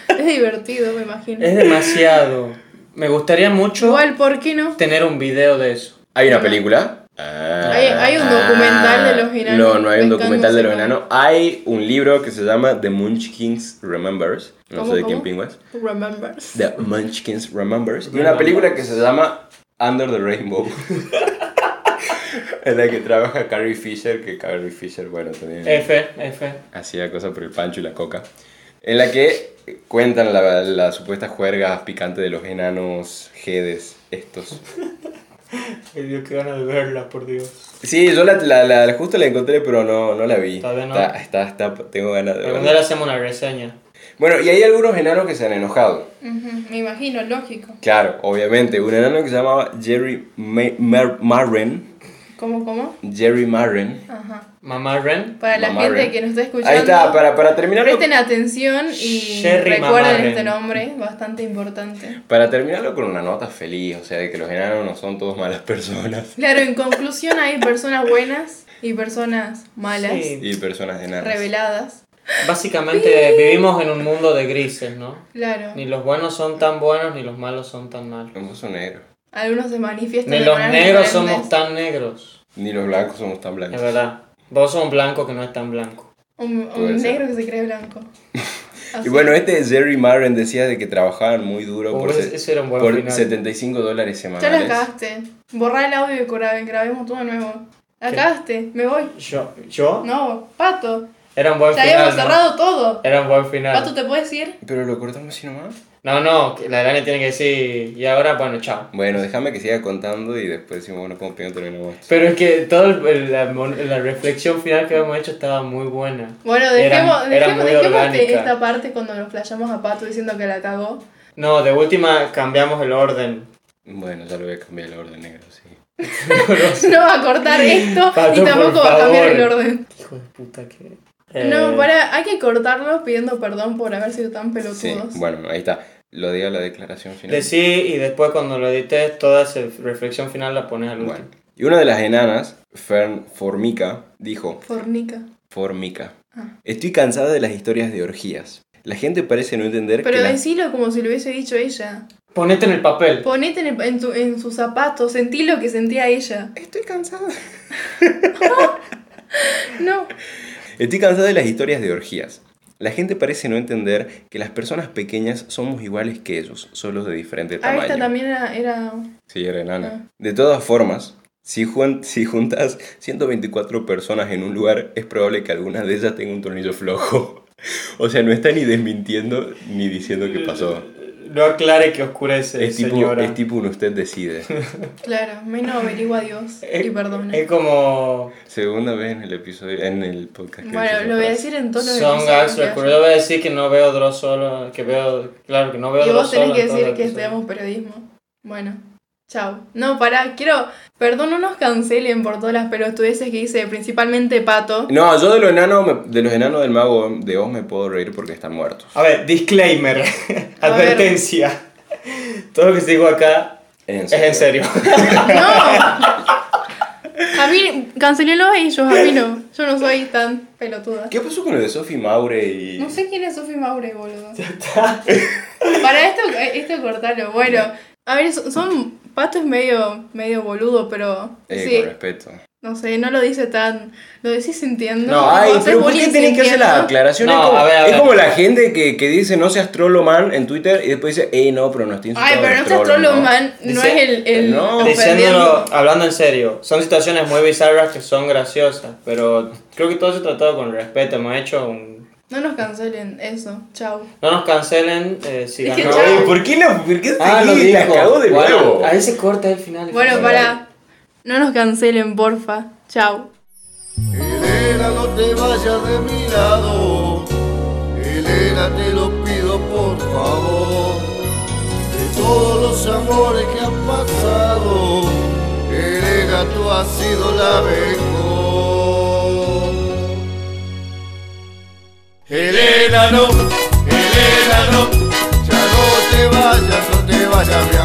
[SPEAKER 3] Es divertido, me imagino.
[SPEAKER 2] Es demasiado. Me gustaría mucho
[SPEAKER 3] Igual, ¿por qué no?
[SPEAKER 2] tener un video de eso.
[SPEAKER 1] ¿Hay una película? Ah.
[SPEAKER 3] Hay- hay un documental de los enanos
[SPEAKER 1] No, no hay un
[SPEAKER 3] pescando
[SPEAKER 1] documental de los
[SPEAKER 3] semana.
[SPEAKER 1] enanos. Hay un libro que se llama The Munchkins Remembers. No
[SPEAKER 3] ¿Cómo,
[SPEAKER 1] sé de
[SPEAKER 3] cómo?
[SPEAKER 1] quién pingo es.
[SPEAKER 3] Remembers.
[SPEAKER 1] The Munchkins Remembers. Y una
[SPEAKER 2] Remembers.
[SPEAKER 1] película que se llama Under the Rainbow. en la que trabaja Carrie Fisher, que Carrie Fisher, bueno, también...
[SPEAKER 2] F, F.
[SPEAKER 1] hacía cosas por el pancho y la coca, en la que cuentan la, la supuesta juerga picante de los enanos jedes estos.
[SPEAKER 2] Ay Dios, qué ganas de verla, por Dios.
[SPEAKER 1] Sí, yo la, la- la- justo la encontré, pero no, no la vi.
[SPEAKER 2] Todavía no.
[SPEAKER 1] Está, está, está- tengo ganas de
[SPEAKER 2] Algún día le
[SPEAKER 1] verla.
[SPEAKER 2] hacemos una reseña.
[SPEAKER 1] Bueno, y hay algunos enanos que se han enojado.
[SPEAKER 3] Ujú, me imagino, lógico.
[SPEAKER 1] Claro, obviamente. Un enano que se llamaba Jerry Ma- Mar- Marren.
[SPEAKER 3] ¿Cómo, cómo?
[SPEAKER 1] Jerry Marren.
[SPEAKER 3] Ajá.
[SPEAKER 2] Mamá Ren.
[SPEAKER 3] Para la
[SPEAKER 1] Mamá
[SPEAKER 3] gente
[SPEAKER 1] Ren.
[SPEAKER 3] que nos está escuchando.
[SPEAKER 1] Ahí está, para, para terminar lo-
[SPEAKER 3] Presten atención y
[SPEAKER 2] Sherry
[SPEAKER 3] recuerden
[SPEAKER 2] Mamá
[SPEAKER 3] este
[SPEAKER 2] Ren.
[SPEAKER 3] nombre, bastante importante.
[SPEAKER 1] para terminarlo con una nota feliz, o sea, de que los enanos no son todos malas personas.
[SPEAKER 3] Claro, en conclusión hay personas buenas y personas malas,
[SPEAKER 2] Sí.
[SPEAKER 1] Y personas enanas.
[SPEAKER 3] reveladas.
[SPEAKER 2] Básicamente vivimos en un mundo de grises, ¿no?
[SPEAKER 3] Claro.
[SPEAKER 2] Ni los buenos son tan buenos, ni los malos son tan malos.
[SPEAKER 1] No son negros.
[SPEAKER 3] Algunos se manifiestan
[SPEAKER 2] Ni
[SPEAKER 3] de
[SPEAKER 2] los
[SPEAKER 3] maneras
[SPEAKER 2] negros
[SPEAKER 3] diferentes.
[SPEAKER 2] somos tan negros.
[SPEAKER 1] Ni los blancos somos tan
[SPEAKER 2] Es
[SPEAKER 1] blancos.
[SPEAKER 2] verdad. Vos sos un blanco que no es tan blanco.
[SPEAKER 3] Un,
[SPEAKER 1] Puede
[SPEAKER 3] un
[SPEAKER 1] ser.
[SPEAKER 3] negro que se cree blanco. Así.
[SPEAKER 1] Y bueno, este Jerry Marren decía de que trabajaban muy duro
[SPEAKER 2] Oh,
[SPEAKER 1] por,
[SPEAKER 2] ese-
[SPEAKER 1] se-
[SPEAKER 2] ese era un buen
[SPEAKER 1] por
[SPEAKER 2] final.
[SPEAKER 1] 75 dólares
[SPEAKER 3] Ya la
[SPEAKER 1] semanales.
[SPEAKER 3] cagaste. Borrá el audio y cura- grabemos todo nuevo. La
[SPEAKER 2] ¿Qué?
[SPEAKER 3] cagaste, me voy.
[SPEAKER 2] ¿Yo? ¿Yo?
[SPEAKER 3] No, Pato.
[SPEAKER 2] Era un buen
[SPEAKER 3] Te
[SPEAKER 2] final.
[SPEAKER 3] habíamos
[SPEAKER 2] ¿no?
[SPEAKER 3] cerrado todo.
[SPEAKER 2] Era un buen
[SPEAKER 3] Pato,
[SPEAKER 2] final.
[SPEAKER 3] ¿te puedes ir?
[SPEAKER 1] Pero lo cortamos así nomás.
[SPEAKER 2] No, no, que la Elane tiene que decir. Y ahora, bueno, chao.
[SPEAKER 1] Bueno, déjame que siga contando y después decimos, bueno, como primero terminamos esto.
[SPEAKER 2] Pero es que toda la, mon- la reflexión final que habíamos hecho estaba muy buena.
[SPEAKER 3] Bueno,
[SPEAKER 2] Era-
[SPEAKER 3] dejemos,
[SPEAKER 2] era
[SPEAKER 3] dejemos,
[SPEAKER 2] muy
[SPEAKER 3] dejemos de
[SPEAKER 2] orgánica.
[SPEAKER 3] esta parte cuando nos flayamos a Pato diciendo que la cagó.
[SPEAKER 2] No, de última cambiamos el orden.
[SPEAKER 1] Bueno, ya lo voy a cambiar el orden negro, sí.
[SPEAKER 3] No va a cortar esto
[SPEAKER 2] Pato,
[SPEAKER 3] y
[SPEAKER 2] por
[SPEAKER 3] tampoco va a cambiar el
[SPEAKER 2] favor.
[SPEAKER 3] orden.
[SPEAKER 2] Hijo de puta que.
[SPEAKER 3] No,
[SPEAKER 2] Eh,
[SPEAKER 3] para, hay que cortarlo pidiendo perdón por haber sido tan
[SPEAKER 1] Sí,
[SPEAKER 3] pelotudos.
[SPEAKER 1] bueno, ahí está. Lo diga la declaración final.
[SPEAKER 2] Decí y después cuando lo edites, toda esa reflexión final la pones al último.
[SPEAKER 1] Bueno. Y una de las enanas, Fern Formica, dijo,
[SPEAKER 3] Fornica.
[SPEAKER 1] Formica,
[SPEAKER 3] Ah.
[SPEAKER 1] estoy cansada de las historias de orgías. La gente parece no entender
[SPEAKER 3] Pero
[SPEAKER 1] que las-
[SPEAKER 3] decilo como si lo hubiese dicho ella.
[SPEAKER 2] Ponete en el papel.
[SPEAKER 3] Ponete en, el- en tu- en sus zapatos, sentí lo que sentía ella.
[SPEAKER 1] Estoy cansada.
[SPEAKER 3] No.
[SPEAKER 1] Estoy cansada de las historias de orgías. La gente parece no entender que las personas pequeñas somos iguales que ellos, solo de diferente
[SPEAKER 3] Ah,
[SPEAKER 1] tamaño.
[SPEAKER 3] esta también Ah. era, era-
[SPEAKER 1] Sí, era enana. De todas formas, si, jun- si juntas 124 personas en un lugar, es probable que alguna de ellas tenga un tornillo flojo. O sea, no está ni desmintiendo ni diciendo qué pasó.
[SPEAKER 2] No aclare que oscurece,
[SPEAKER 1] Es tipo,
[SPEAKER 2] señora.
[SPEAKER 1] es tipo un usted decide.
[SPEAKER 3] Claro, menos averigua Dios y perdona.
[SPEAKER 2] Es como...
[SPEAKER 1] Segunda vez en el episodio, en el podcast. que
[SPEAKER 3] Bueno,
[SPEAKER 1] dice
[SPEAKER 3] lo voy
[SPEAKER 1] esa
[SPEAKER 3] a
[SPEAKER 1] frase.
[SPEAKER 3] decir en tono de
[SPEAKER 2] Son gags oscuros. Yo voy a decir que no veo Dross solo. Que veo... Claro, que no veo
[SPEAKER 3] Y vos
[SPEAKER 2] Dross solo.
[SPEAKER 3] tenés que
[SPEAKER 2] en todo
[SPEAKER 3] decir
[SPEAKER 2] el
[SPEAKER 3] que
[SPEAKER 2] episodio.
[SPEAKER 3] estudiamos periodismo. Bueno, chao. No, pará, quiero. Perdón, no nos cancelen por todas las pelotudeces que hice, principalmente Pato.
[SPEAKER 1] No, yo de los enanos, me- de los enanos del mago de Oz me puedo reír porque están muertos.
[SPEAKER 2] A ver, disclaimer. Advertencia. Todo lo que digo acá es en serio.
[SPEAKER 3] ¡No! A mí, cancelenlo a ellos, a mí no. Yo no soy tan pelotuda.
[SPEAKER 1] ¿Qué pasó con lo de Sophie Maure y.?
[SPEAKER 3] No sé quién es Sofi Maure, boludo. Para esto, esto cortalo. Bueno, a ver, son- son. Pato es medio, medio boludo, pero.
[SPEAKER 1] Eh,
[SPEAKER 3] sí,
[SPEAKER 1] Con respeto.
[SPEAKER 3] no sé, no lo dice tan. Lo decís sintiendo.
[SPEAKER 2] No,
[SPEAKER 1] Ay, pero
[SPEAKER 3] Vos
[SPEAKER 1] ¿por
[SPEAKER 3] haces
[SPEAKER 1] qué
[SPEAKER 3] bullying
[SPEAKER 1] tienen que hacer las
[SPEAKER 3] sintiendo.
[SPEAKER 1] aclaraciones?
[SPEAKER 2] No,
[SPEAKER 1] es como,
[SPEAKER 2] a ver, a
[SPEAKER 1] es
[SPEAKER 2] ver.
[SPEAKER 1] como la gente que, que dice no seas trolloman en Twitter y después dice, ey, no, pero no estoy
[SPEAKER 3] Ay,
[SPEAKER 1] insultando.
[SPEAKER 3] pero no
[SPEAKER 1] los
[SPEAKER 3] seas
[SPEAKER 1] trolls,
[SPEAKER 3] trollo, man. No
[SPEAKER 1] Dice-
[SPEAKER 3] es el. el
[SPEAKER 1] No.
[SPEAKER 2] Diciéndolo, hablando en serio, son situaciones muy bizarras que son graciosas, pero creo que todo se ha tratado con respeto. Hemos hecho un.
[SPEAKER 3] No nos cancelen eso. Chau.
[SPEAKER 2] No nos cancelen eh, si
[SPEAKER 3] Es que
[SPEAKER 2] ganó-
[SPEAKER 3] ya-
[SPEAKER 1] Ey, ¿Por qué la, por qué
[SPEAKER 2] Ah, lo
[SPEAKER 1] seguí?
[SPEAKER 2] dijo.
[SPEAKER 1] La cagó de
[SPEAKER 2] Bueno,
[SPEAKER 1] nuevo.
[SPEAKER 2] ahí se corta el final.
[SPEAKER 3] Bueno, para. No nos cancelen, porfa. Chau.
[SPEAKER 4] Elena, no te vayas de mi lado. Elena, te lo pido por favor. De todos los amores que han pasado, Elena, tú has sido la mejor. Elena, no, Elena, no, ya no te vayas, no te vayas, mi